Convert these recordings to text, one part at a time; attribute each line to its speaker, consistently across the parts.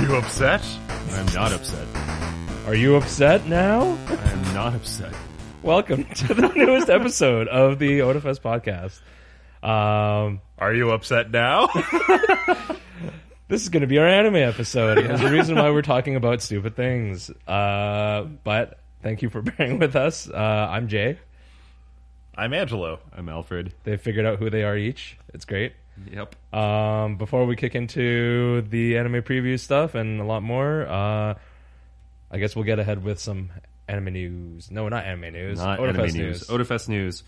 Speaker 1: you upset?
Speaker 2: I'm not upset.
Speaker 3: Are you upset now?
Speaker 2: I'm not upset.
Speaker 3: Welcome to the newest episode of the OdaFest podcast. Um,
Speaker 1: Are you upset now?
Speaker 3: this is going to be our anime episode. There's a reason why we're talking about stupid things. Uh, but thank you for bearing with us. Uh, I'm Jay.
Speaker 1: I'm Angelo.
Speaker 2: I'm Alfred. Uh,
Speaker 3: They figured out who they are each. It's great.
Speaker 2: Yep.
Speaker 3: Um, before we kick into the anime preview stuff and a lot more, uh, I guess we'll get ahead with some anime news. No, not anime news.
Speaker 2: Not
Speaker 3: OdaFest
Speaker 2: anime news. Odafest news.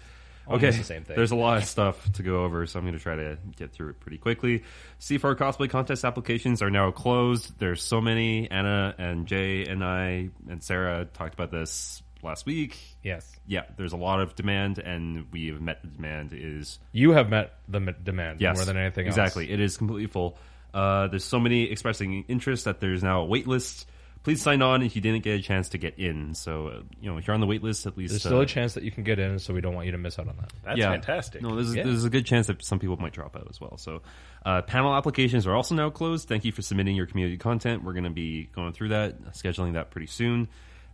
Speaker 3: Almost
Speaker 2: Okay,
Speaker 3: the same thing.
Speaker 2: there's a lot of stuff to go over, so I'm going to try to get through it pretty quickly. C4 cosplay contest applications are now closed. There's so many. Anna and Jay and I and Sarah talked about this last week.
Speaker 3: yes.
Speaker 2: Yeah, there's a lot of demand, and we've met the demand. It Is
Speaker 3: You have met the m- demand
Speaker 2: yes,
Speaker 3: more than anything
Speaker 2: Exactly,
Speaker 3: else.
Speaker 2: it is completely full. Uh, there's so many expressing interest that there's now a wait list. Please sign on if you didn't get a chance to get in. So uh, you know if you're on the wait list, at least
Speaker 3: There's still
Speaker 2: uh,
Speaker 3: a chance that you can get in, so we don't want you to miss out on that.
Speaker 1: That's fantastic.
Speaker 2: No, there's,
Speaker 3: Yeah.
Speaker 2: there's a good chance that some people might drop out as well. So, uh, panel applications are also now closed. Thank you for submitting your community content. We're going to be going through that, scheduling that pretty soon.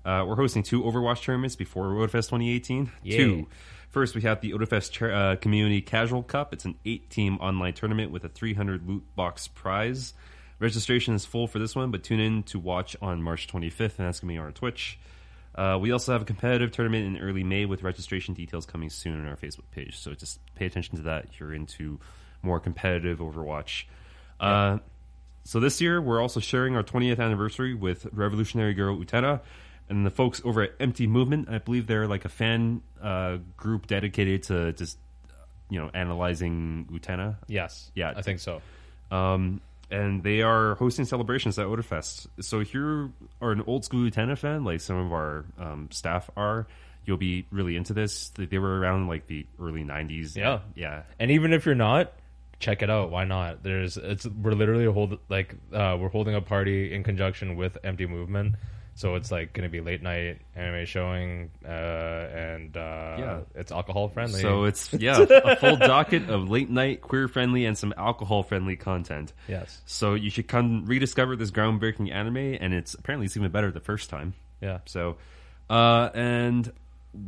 Speaker 2: Uh, we're hosting two Overwatch tournaments before Odafest 2018.
Speaker 3: Yeah.
Speaker 2: Two. First, we have the Odafest cha- uh, Community Casual Cup. It's an eight team online tournament with a 300 loot box prize. Registration is full for this one, but tune in to watch on March 25th, and that's going to be on our Twitch. Uh, we also have a competitive tournament in early May with registration details coming soon on our Facebook page. So just pay attention to that if you're into more competitive Overwatch. Uh, so this year, we're also sharing our 20th anniversary with Revolutionary Girl Utena and the folks over at Empty Movement. I believe they're like a fan uh, group dedicated to just you know analyzing Utena.
Speaker 3: Yes.
Speaker 2: Yeah.
Speaker 3: I think so.
Speaker 2: Um, and they are hosting celebrations at Odafest. So if you are an old school Utena fan, like some of our um, staff are, you'll be really into this. They they were around like the early 90s.
Speaker 3: Yeah.
Speaker 2: Yeah.
Speaker 3: And even if you're not, check it out. Why not? There's it's we're literally hold like uh, we're holding a party in conjunction with Empty Movement. So it's like going to be late night anime showing, uh, and uh,
Speaker 2: Yeah.
Speaker 3: it's alcohol friendly.
Speaker 2: So it's yeah, a full docket of late night queer friendly and some alcohol friendly content.
Speaker 3: yes,
Speaker 2: So you should come rediscover this groundbreaking anime, and it's apparently it's even better the first time.
Speaker 3: yeah,
Speaker 2: So, uh, and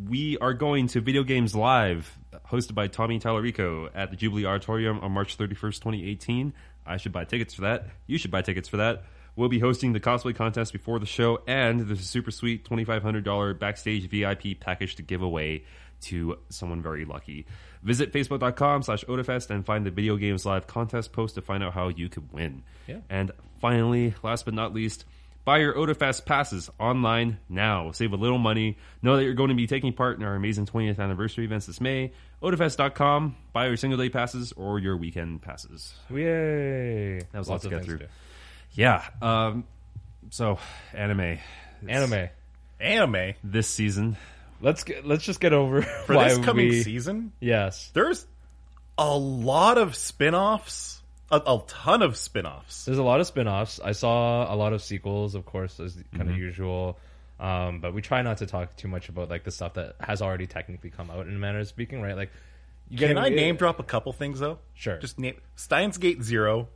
Speaker 2: we are going to Video Games Live, hosted by Tommy Tallarico at the Jubilee Auditorium on March 31st, 2018. I should buy tickets for that. You should buy tickets for that. We'll be hosting the cosplay contest before the show, and there's a super sweet $2,500 backstage VIP package to give away to someone very lucky. Visit facebook.com slash odafest and find the Video Games Live contest post to find out how you could win.
Speaker 3: Yeah.
Speaker 2: And finally, last but not least, Buy your OdaFest passes online now. Save a little money. Know that you're going to be taking part in our amazing 20th anniversary events this May. OdaFest.com. Buy your single day passes or your weekend passes.
Speaker 3: yay! That
Speaker 2: was lots to get through. Yeah. Um, so, anime. It's
Speaker 3: Anime.
Speaker 1: Anime
Speaker 2: This season.
Speaker 3: Let's get, let's just get over
Speaker 1: for
Speaker 3: why
Speaker 1: this coming
Speaker 3: we,
Speaker 1: season.
Speaker 3: Yes,
Speaker 1: There's a lot of spin-offs, a, a ton of spin-offs.
Speaker 3: There's a lot of spin-offs. I saw a lot of sequels, of course, as kind
Speaker 2: Mm-hmm.
Speaker 3: of usual. Um, but we try not to talk too much about like the stuff that has already technically come out in a manner of speaking, right? Like, you
Speaker 1: Can
Speaker 3: a-
Speaker 1: I name drop a couple things though?
Speaker 3: Sure. Mm-hmm.
Speaker 1: Just name Steins Gate 0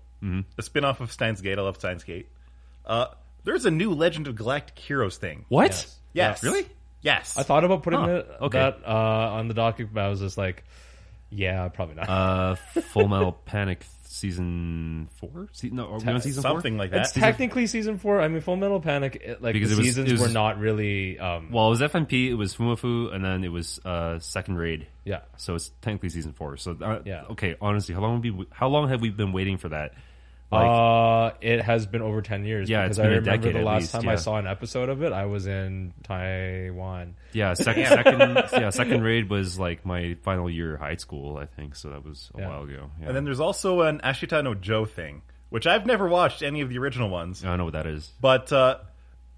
Speaker 1: a spin-off of Steins Gate. I love Steins Gate. Uh, there's a new Legend of Galactic Heroes thing.
Speaker 2: What?
Speaker 3: Yes.
Speaker 1: Yes.
Speaker 2: Really?
Speaker 1: Yes.
Speaker 3: I thought about putting
Speaker 2: Huh,
Speaker 3: it,
Speaker 2: okay.
Speaker 3: that uh, on the docket, but I was just like, yeah, probably not.
Speaker 2: Uh, Full Metal Panic season four? Se- no, are we on season
Speaker 1: something
Speaker 2: four?
Speaker 1: like that.
Speaker 3: it's technically season four. I mean, Full Metal Panic, it, like
Speaker 2: Because
Speaker 3: the
Speaker 2: it was-
Speaker 3: seasons
Speaker 2: it was-
Speaker 3: were not really. Um,
Speaker 2: Well, it was FNP, it was Fumofu, and then it was uh, Second Raid.
Speaker 3: yeah,
Speaker 2: So it's technically season four. So uh,
Speaker 3: Yeah.
Speaker 2: Okay. Honestly, how long have we how long have we been waiting for that?
Speaker 3: uh, it has been over ten years.
Speaker 2: Yeah, it's
Speaker 3: because
Speaker 2: been
Speaker 3: I
Speaker 2: a
Speaker 3: remember
Speaker 2: decade
Speaker 3: the
Speaker 2: at
Speaker 3: last
Speaker 2: least,
Speaker 3: time
Speaker 2: yeah.
Speaker 3: I saw an episode of it, I was in Taiwan.
Speaker 2: Yeah. Second. second. Yeah. Second raid was like my final year of high school, I think. So that was a
Speaker 3: Yeah.
Speaker 2: while ago. Yeah.
Speaker 1: And then there's also an Ashita no Joe thing, which I've never watched any of the original ones.
Speaker 2: I don't know what that is.
Speaker 1: But uh,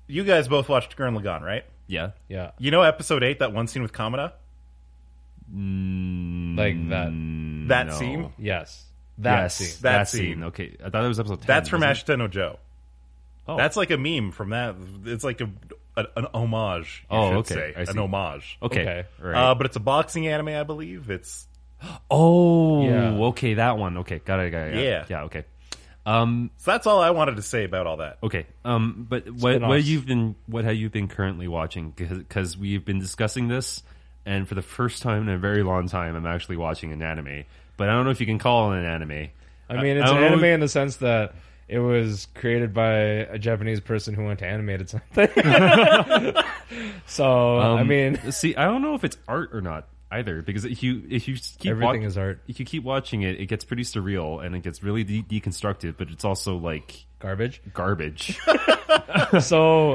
Speaker 1: you guys both watched Gurren Lagann, right?
Speaker 2: Yeah.
Speaker 3: Yeah,
Speaker 1: You know episode eight, that one scene with Kamada,
Speaker 3: like that.
Speaker 1: that
Speaker 2: No.
Speaker 1: scene.
Speaker 3: Yes, that
Speaker 2: Mm. yes.
Speaker 3: scene.
Speaker 1: That
Speaker 2: That, scene.
Speaker 1: scene.
Speaker 2: Okay. I thought it was episode. 10,
Speaker 1: That's from
Speaker 2: wasn't
Speaker 1: Ashita no Joe.
Speaker 2: Oh.
Speaker 1: That's like a meme from that. It's like a, a- an homage. You
Speaker 2: Oh,
Speaker 1: should
Speaker 2: okay.
Speaker 1: Say.
Speaker 2: I see. Oh,
Speaker 1: An homage.
Speaker 2: it? Okay.
Speaker 3: Okay.
Speaker 2: All right.
Speaker 1: Uh, but it's a boxing anime, I believe. It's
Speaker 2: oh.
Speaker 3: Yeah.
Speaker 2: Okay. That Oh, one. Okay. Got it. Got it. got it.
Speaker 1: Yeah.
Speaker 2: Yeah. Okay. Um,
Speaker 1: So that's all I wanted to say about all that.
Speaker 2: okay. Um, but what, what
Speaker 3: Spin-offs.
Speaker 2: you've been what have you been currently watching? Because we've been discussing this, and for the first time in a very long time, I'm actually watching an anime. But I don't know if you can call it an anime.
Speaker 3: I mean,
Speaker 2: I-
Speaker 3: it's
Speaker 2: I
Speaker 3: an
Speaker 2: don't know-
Speaker 3: anime in the sense that it was created by a Japanese person who went to animated something. so I
Speaker 2: Um,
Speaker 3: mean,
Speaker 2: see, I don't know if it's art or not either, because if you if you s- keep
Speaker 3: Everything is art.
Speaker 2: If you keep watching it, it gets pretty surreal and it gets really de- deconstructed, but it's also like
Speaker 3: garbage.
Speaker 2: garbage.
Speaker 3: So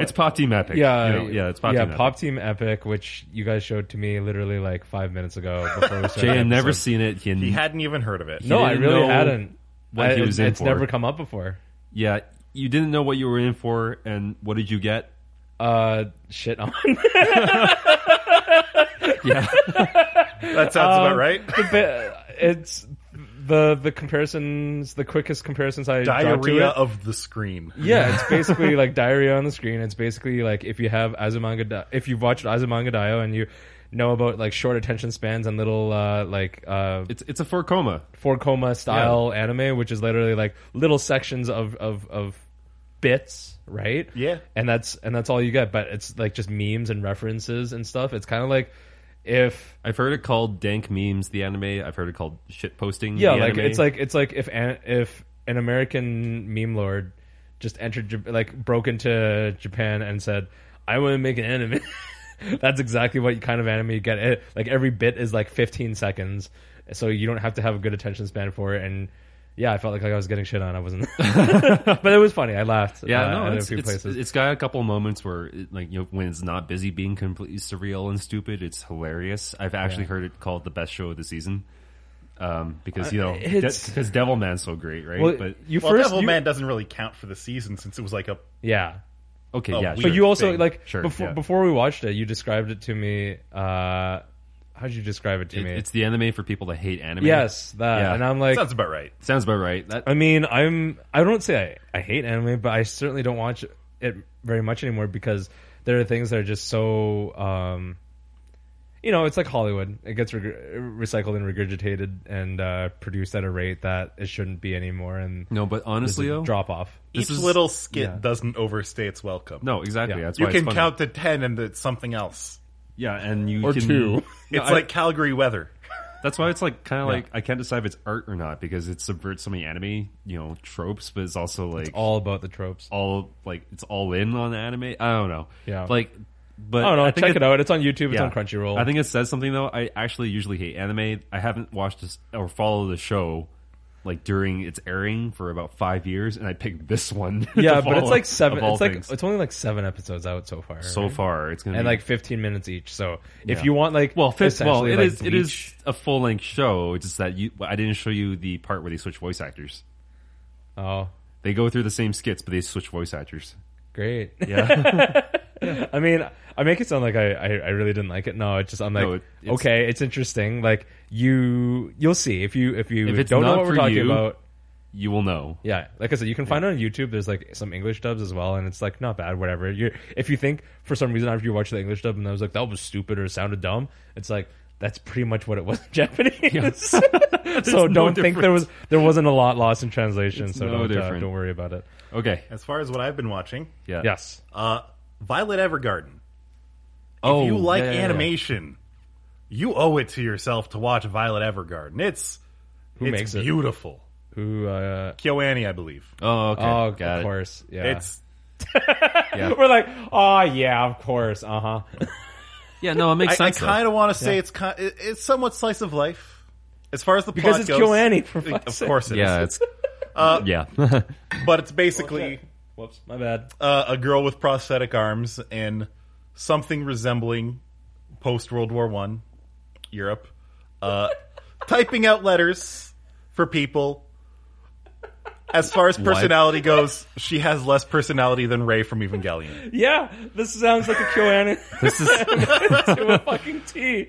Speaker 2: it's pop team epic.
Speaker 3: yeah,
Speaker 2: you know, yeah, it's pop
Speaker 3: yeah,
Speaker 2: team. epic.
Speaker 3: Pop Team Epic, which you guys showed to me literally like five minutes ago. Before we started
Speaker 2: Jay
Speaker 3: the
Speaker 2: had never
Speaker 3: episode.
Speaker 2: seen it. He, had-
Speaker 1: He hadn't even heard of it.
Speaker 3: No, I
Speaker 2: didn't
Speaker 3: really
Speaker 2: know
Speaker 3: hadn't.
Speaker 2: what
Speaker 3: I-
Speaker 2: he was in
Speaker 3: it's
Speaker 2: for.
Speaker 3: never come up before.
Speaker 2: yeah, you didn't know what you were in for, and what did you get?
Speaker 3: Uh, shit on.
Speaker 2: Yeah,
Speaker 1: That sounds
Speaker 2: Um,
Speaker 1: about right.
Speaker 3: the bit, it's the the comparisons. The quickest comparisons I draw to
Speaker 1: Diarrhea
Speaker 3: it-
Speaker 1: of the screen.
Speaker 3: Yeah, it's basically like diarrhea on the screen. It's basically like if you have Azumanga, Da- if you've watched Azumanga Daioh and you know about like short attention spans and little uh, like uh,
Speaker 2: it's it's a four coma.
Speaker 3: four coma style anime, which is literally like little sections of of of bits, right?
Speaker 1: Yeah.
Speaker 3: and that's and that's all you get. But it's like just memes and references and stuff. It's kind of like if
Speaker 2: I've heard it called dank memes, the anime. I've heard it called shit posting.
Speaker 3: yeah
Speaker 2: the
Speaker 3: like
Speaker 2: anime.
Speaker 3: it's like it's like if an, if an american meme lord just entered Jap- like broke into japan and said i want to make an anime that's exactly what kind of anime you get it, like every bit is like 15 seconds so you don't have to have a good attention span for it and yeah i felt like, i was getting shit on i wasn't but it was funny i laughed
Speaker 2: Yeah,
Speaker 3: uh,
Speaker 2: no,
Speaker 3: at
Speaker 2: it's,
Speaker 3: a few
Speaker 2: it's-
Speaker 3: places
Speaker 2: it's got a couple moments where, it, like, you know, when it's not busy being completely surreal and stupid, it's hilarious. I've actually heard it called the best show of the season um, because you know de-
Speaker 3: Uh, it's-
Speaker 2: because Devilman's so great, right?
Speaker 3: well,
Speaker 2: but
Speaker 3: you
Speaker 1: Well,
Speaker 3: first
Speaker 1: Devil
Speaker 3: you-
Speaker 1: Man doesn't really count for the season since it was like a
Speaker 3: yeah
Speaker 2: okay,
Speaker 1: oh,
Speaker 2: yeah,
Speaker 1: we-
Speaker 2: sure.
Speaker 3: But you also
Speaker 1: thing.
Speaker 3: like
Speaker 2: Sure,
Speaker 3: before
Speaker 2: yeah.
Speaker 3: before we watched it, you described it to me. Uh, how'd you describe it to
Speaker 2: It-
Speaker 3: me?
Speaker 2: it's the anime for people that hate anime.
Speaker 3: yes, that,
Speaker 2: Yeah.
Speaker 3: and I'm like,
Speaker 1: sounds about right.
Speaker 2: sounds about right. That,
Speaker 3: I mean, I'm I don't say I, I hate anime, but I certainly don't watch it very much anymore because there are things that are just so. Um, you know, it's like Hollywood. It gets reg- recycled and regurgitated and uh, produced at a rate that it shouldn't be anymore, and
Speaker 2: no, but honestly, though,
Speaker 3: drop off.
Speaker 1: Each
Speaker 2: This is-
Speaker 1: little skit
Speaker 3: yeah.
Speaker 1: doesn't overstay its welcome.
Speaker 2: no, exactly.
Speaker 3: Yeah.
Speaker 2: That's
Speaker 1: you
Speaker 2: why
Speaker 1: can
Speaker 2: it's funny.
Speaker 1: count to ten and it's something else.
Speaker 2: yeah, and you
Speaker 3: Or
Speaker 2: can,
Speaker 3: two.
Speaker 2: No,
Speaker 1: It's
Speaker 2: I-
Speaker 1: like Calgary weather.
Speaker 2: That's why it's like kind of like I can't decide if it's art or not because it subverts so many anime, you know, tropes, but it's also like
Speaker 3: All about the tropes.
Speaker 2: all like it's all in on anime. I don't know.
Speaker 3: Yeah.
Speaker 2: Like, but
Speaker 3: I don't know.
Speaker 2: I think
Speaker 3: check it, out. It's on YouTube. It's
Speaker 2: yeah.
Speaker 3: on Crunchyroll.
Speaker 2: I think it says something though. I actually usually hate anime. I haven't watched this or follow the show like during its airing for about five years, and I picked this one. to
Speaker 3: yeah, but
Speaker 2: follow,
Speaker 3: it's like
Speaker 2: of
Speaker 3: seven.
Speaker 2: all
Speaker 3: It's like
Speaker 2: things.
Speaker 3: it's only like seven episodes out so far.
Speaker 2: so
Speaker 3: right?
Speaker 2: far it's gonna
Speaker 3: and
Speaker 2: be
Speaker 3: like fifteen minutes each. So if you want like
Speaker 2: well, fifth, well,
Speaker 3: essentially,
Speaker 2: it
Speaker 3: like,
Speaker 2: is it
Speaker 3: Bleach-
Speaker 2: is a full length show. It's just that you I didn't show you the part where they switch voice actors.
Speaker 3: Oh,
Speaker 2: They go through the same skits, but they switch voice actors.
Speaker 3: great.
Speaker 2: Yeah,
Speaker 3: I mean, I make it sound like I, I, I really didn't like it. No, it's just I'm like,
Speaker 2: No, it- it's-
Speaker 3: okay, it's interesting. Like you, you'll see if you if you
Speaker 2: If it's
Speaker 3: don't know
Speaker 2: not
Speaker 3: what we're
Speaker 2: for
Speaker 3: talking
Speaker 2: you-
Speaker 3: about.
Speaker 2: you will know.
Speaker 3: Yeah, like I said, you can find it on YouTube. There's like some English dubs as well, and it's like not bad. Whatever. You if you think for some reason after you watch the English dub and I was like that was stupid or sounded dumb, it's like that's pretty much what it was in Japanese. so
Speaker 2: no
Speaker 3: don't think there was there wasn't a lot lost in translation. so
Speaker 2: no
Speaker 3: don't, uh,
Speaker 2: different.
Speaker 3: don't worry about it.
Speaker 2: Okay.
Speaker 1: As far as what I've been watching,
Speaker 2: Yeah.
Speaker 3: Yes.
Speaker 1: uh, Violet Evergarden.
Speaker 2: Oh,
Speaker 1: you like
Speaker 2: yeah, yeah, yeah.
Speaker 1: animation, you owe it to yourself to watch Violet Evergarden. It's it's
Speaker 3: makes it?
Speaker 1: beautiful.
Speaker 3: Who? Uh,
Speaker 1: KyoAni, I believe.
Speaker 2: Oh, okay.
Speaker 3: oh,
Speaker 2: Got
Speaker 3: of
Speaker 2: it.
Speaker 3: course. Yeah.
Speaker 1: It's
Speaker 3: We're like, oh yeah, of course. Uh huh.
Speaker 2: Yeah, no, it
Speaker 1: I,
Speaker 2: makes
Speaker 1: I
Speaker 2: sense. though.
Speaker 1: kind of want to say it's kind it, it's somewhat slice of life as far as the
Speaker 3: Because
Speaker 1: plot
Speaker 3: it's
Speaker 1: goes.
Speaker 3: KyoAni, for
Speaker 1: It-
Speaker 3: fuck's
Speaker 1: of
Speaker 3: sake.
Speaker 1: course it is.
Speaker 2: yeah, it's
Speaker 1: Uh,
Speaker 2: yeah.
Speaker 1: but it's basically
Speaker 3: Whoops, my bad.
Speaker 1: uh, a girl with prosthetic arms in something resembling post World War One Europe, uh, typing out letters for people. As far as personality goes, she has less personality than Ray from Evangelion.
Speaker 3: Yeah, this sounds like a KyoAni
Speaker 2: this is
Speaker 3: to a fucking T.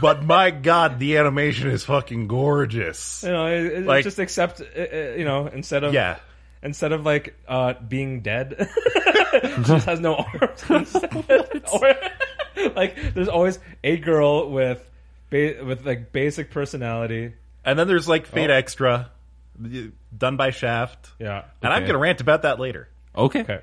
Speaker 1: But my god, the animation is fucking gorgeous.
Speaker 3: you know it, it-
Speaker 1: Like-
Speaker 3: just accept uh, uh, you know instead of
Speaker 1: Yeah.
Speaker 3: instead of like uh being dead she just has no arms instead. or, like there's always a girl with ba- with like basic personality
Speaker 2: Oh.
Speaker 1: And then there's like Fate Extra, done by Shaft.
Speaker 3: Yeah.
Speaker 1: And I'm
Speaker 2: Okay.
Speaker 1: going to rant about that later.
Speaker 2: Okay.
Speaker 3: Okay.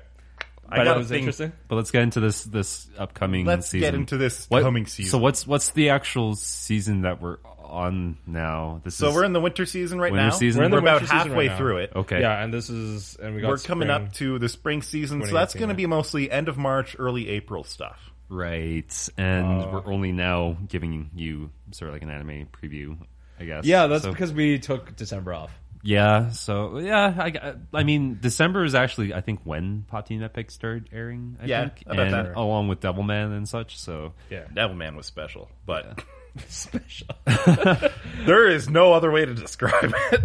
Speaker 3: But
Speaker 1: I got
Speaker 3: that
Speaker 1: a
Speaker 3: was
Speaker 1: thing-
Speaker 3: interesting.
Speaker 2: But let's get into this this upcoming
Speaker 1: Let's
Speaker 2: season.
Speaker 1: get into this
Speaker 2: What-
Speaker 1: coming season.
Speaker 2: So what's what's the actual season that we're on now? This
Speaker 1: So
Speaker 2: is
Speaker 1: we're in the winter season right
Speaker 2: Winter
Speaker 1: now.
Speaker 2: season?
Speaker 1: We're,
Speaker 2: We're in the
Speaker 1: about
Speaker 3: winter season
Speaker 1: halfway
Speaker 3: right now.
Speaker 1: through it.
Speaker 2: okay.
Speaker 3: Yeah, and this is and we got
Speaker 1: We're coming
Speaker 3: spring.
Speaker 1: up to the spring season, so that's
Speaker 3: 2018,
Speaker 1: going to
Speaker 3: yeah.
Speaker 1: be mostly end of March, early April stuff.
Speaker 2: Right. And
Speaker 1: Uh,
Speaker 2: we're only now giving you sort of like an anime preview, I guess.
Speaker 3: Yeah, that's
Speaker 2: So-
Speaker 3: because we took December off.
Speaker 2: Yeah, so yeah, I, gu- I mean December is actually I think when Palpatine Epic started airing, I
Speaker 1: Yeah,
Speaker 2: think.
Speaker 1: about
Speaker 2: and
Speaker 1: that.
Speaker 2: along with Devilman and such, so
Speaker 3: Yeah.
Speaker 1: Devilman was special, but
Speaker 3: Special.
Speaker 1: there is no other way to describe it.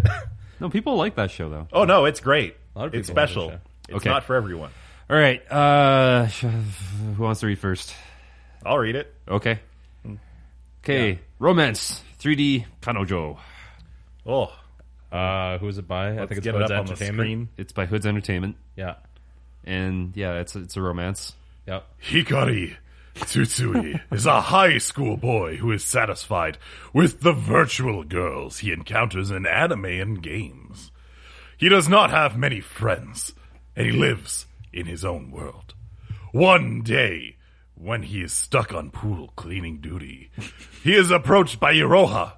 Speaker 2: No, people like that show though.
Speaker 1: oh no, it's great.
Speaker 3: lot of
Speaker 1: It's
Speaker 3: people love this
Speaker 1: special.
Speaker 3: show.
Speaker 1: It's
Speaker 2: Okay.
Speaker 1: not for everyone.
Speaker 2: All right. Uh who wants to read first?
Speaker 1: I'll read it.
Speaker 2: Okay. Okay. Romance 3D Kanojo.
Speaker 1: Oh,
Speaker 3: Uh, who is it by? I think it's
Speaker 1: get
Speaker 3: by
Speaker 1: it up on the
Speaker 3: Entertainment.
Speaker 1: screen.
Speaker 2: It's by Hoods Entertainment
Speaker 3: Yeah.
Speaker 2: and yeah, it's it's a romance.
Speaker 3: Yep.
Speaker 4: Hikari Tsutsui is a high school boy who is satisfied with the virtual girls he encounters in anime and games. He does not have many friends, and he lives in his own world. One day, when he is stuck on pool cleaning duty, he is approached by Iroha,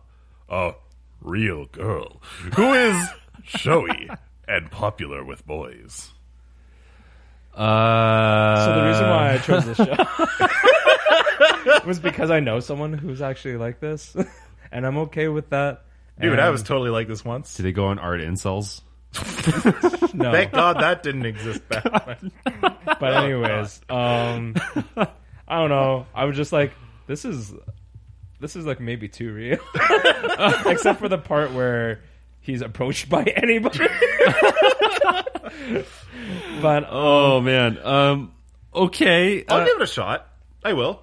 Speaker 4: a real girl, who is showy and popular with boys.
Speaker 2: Uh
Speaker 3: So the reason why I chose this show was because I know someone who's actually like this, and I'm okay with that.
Speaker 1: dude,
Speaker 3: And-
Speaker 1: I was totally like this once.
Speaker 2: do they go on art incels?
Speaker 3: no.
Speaker 1: Thank God that didn't exist back then.
Speaker 3: But anyways, um, I don't know. I was just like, this is, this is like maybe too real, except for the part where he's approached by anybody. but
Speaker 2: Oh man. Um okay.
Speaker 1: I'll
Speaker 2: uh,
Speaker 1: give it a shot. I will.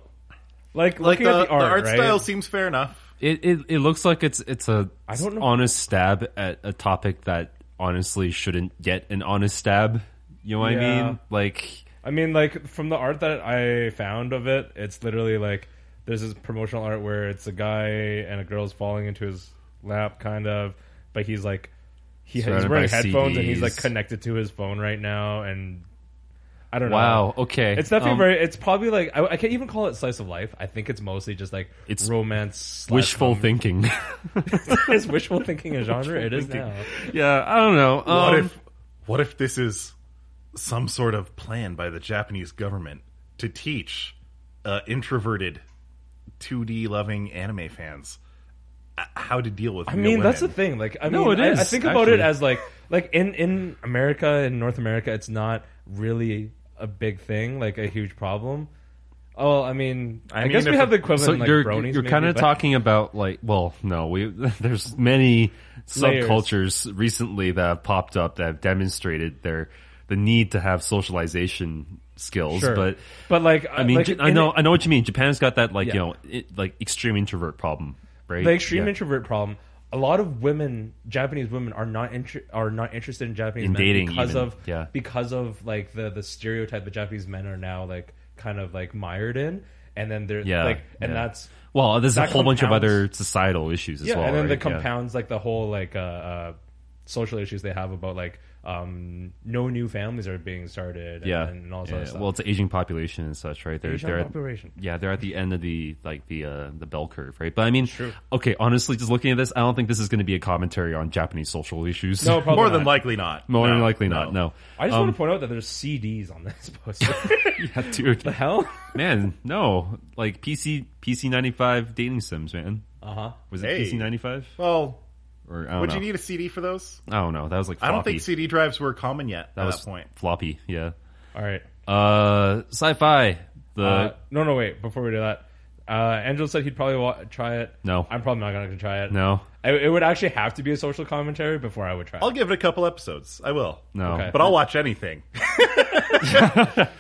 Speaker 3: like,
Speaker 1: Like
Speaker 3: looking
Speaker 1: the,
Speaker 3: at the art, right?
Speaker 1: style seems fair enough.
Speaker 2: It, it it looks like it's it's a I
Speaker 3: don't know.
Speaker 2: honest stab at a topic that honestly shouldn't get an honest stab. You know what I
Speaker 3: Yeah.
Speaker 2: mean? Like
Speaker 3: I mean, like from the art that I found of it, it's literally like there's this promotional art where it's a guy and a girl's falling into his lap, kind of, but he's like he, he's
Speaker 2: Surrounded
Speaker 3: wearing
Speaker 2: by
Speaker 3: headphones and he's like
Speaker 2: CDs.
Speaker 3: connected to his phone right now, and I don't know.
Speaker 2: wow, okay.
Speaker 3: It's definitely
Speaker 2: Um,
Speaker 3: very. It's probably like I, I can't even call it slice of life. I think it's mostly just like
Speaker 2: It's
Speaker 3: it's romance, slash
Speaker 2: wishful
Speaker 3: comedy.
Speaker 2: thinking.
Speaker 3: Is wishful thinking a genre? it is now.
Speaker 2: yeah, I don't know.
Speaker 1: What
Speaker 2: Um,
Speaker 1: if what if this is some sort of plan by the Japanese government to teach uh, introverted 2D loving anime fans uh, how to deal with
Speaker 3: I mean, that's the
Speaker 1: women?
Speaker 3: thing. Like, I
Speaker 2: No,
Speaker 3: mean,
Speaker 2: it
Speaker 3: I- I,
Speaker 2: is,
Speaker 3: think about it
Speaker 2: actually.
Speaker 3: as like, like in in America, in North America, it's not really a big thing, like a huge problem. Oh, I mean, I,
Speaker 1: mean,
Speaker 3: guess we
Speaker 1: if
Speaker 3: have the
Speaker 1: it-
Speaker 3: equivalent
Speaker 2: so
Speaker 3: like
Speaker 2: you're
Speaker 3: bronies.
Speaker 2: you're
Speaker 3: maybe,
Speaker 2: kind of
Speaker 3: but-
Speaker 2: talking about like well no we there's many
Speaker 3: Layers.
Speaker 2: subcultures recently that have popped up that have demonstrated their the need to have socialization skills
Speaker 3: Sure.
Speaker 2: but
Speaker 3: but like,
Speaker 2: I mean,
Speaker 3: like,
Speaker 2: Ja- I
Speaker 3: in-
Speaker 2: know, I know what you mean. Japan's got that like
Speaker 3: Yeah.
Speaker 2: you know, it, like extreme introvert problem, right?
Speaker 3: the extreme
Speaker 2: Yeah.
Speaker 3: introvert problem. A lot of women, Japanese women, are not inter- are not interested in Japanese
Speaker 2: In
Speaker 3: men
Speaker 2: dating,
Speaker 3: because
Speaker 2: even.
Speaker 3: of
Speaker 2: Yeah.
Speaker 3: because of like the the stereotype that Japanese men are now like kind of like mired in, and then they're
Speaker 2: Yeah,
Speaker 3: like, and
Speaker 2: yeah.
Speaker 3: that's
Speaker 2: Well, there's a
Speaker 3: that
Speaker 2: whole bunch of
Speaker 3: compounds-
Speaker 2: other societal issues as
Speaker 3: yeah,
Speaker 2: well.
Speaker 3: and then
Speaker 2: right?
Speaker 3: that
Speaker 2: Yeah.
Speaker 3: compounds like the whole like uh, uh, social issues they have about like um, no new families are being started.
Speaker 2: Yeah,
Speaker 3: and, and all this
Speaker 2: Yeah.
Speaker 3: other stuff.
Speaker 2: Well, it's an aging population and such, right? They're,
Speaker 3: Asian
Speaker 2: they're at-
Speaker 3: population.
Speaker 2: yeah, they're at the end of the like the uh, the bell curve, right? But I mean, okay, honestly, just looking at this, I don't think this is going to be a commentary on Japanese social issues.
Speaker 3: no, probably
Speaker 1: More than
Speaker 3: not.
Speaker 1: likely not.
Speaker 2: more than um,
Speaker 1: No,
Speaker 2: likely not. No,
Speaker 3: I just want to point out that there's CDs on this poster.
Speaker 2: yeah, dude,
Speaker 3: the hell?
Speaker 2: man, no, like PC PC ninety five dating sims, man.
Speaker 3: Uh huh.
Speaker 2: Was it
Speaker 1: Hey.
Speaker 2: PC ninety five?
Speaker 1: Well,
Speaker 2: Or I don't
Speaker 1: would
Speaker 2: know.
Speaker 1: you need a CD for those?
Speaker 2: I don't know. That was like
Speaker 1: I don't
Speaker 2: floppy.
Speaker 1: think CD drives were common yet
Speaker 2: that
Speaker 1: at
Speaker 2: was
Speaker 1: that point.
Speaker 2: floppy. Yeah.
Speaker 3: All right.
Speaker 2: Uh, sci-fi. The
Speaker 3: Uh, no, no, wait. Before we do that, uh, Angelo said he'd probably wa- try it.
Speaker 2: No.
Speaker 3: I'm probably not going to try it.
Speaker 2: no,
Speaker 3: I, it would actually have to be a social commentary before I would try.
Speaker 1: I'll
Speaker 3: it.
Speaker 1: give it a couple episodes. I will.
Speaker 2: no.
Speaker 3: Okay.
Speaker 1: But I'll watch anything. that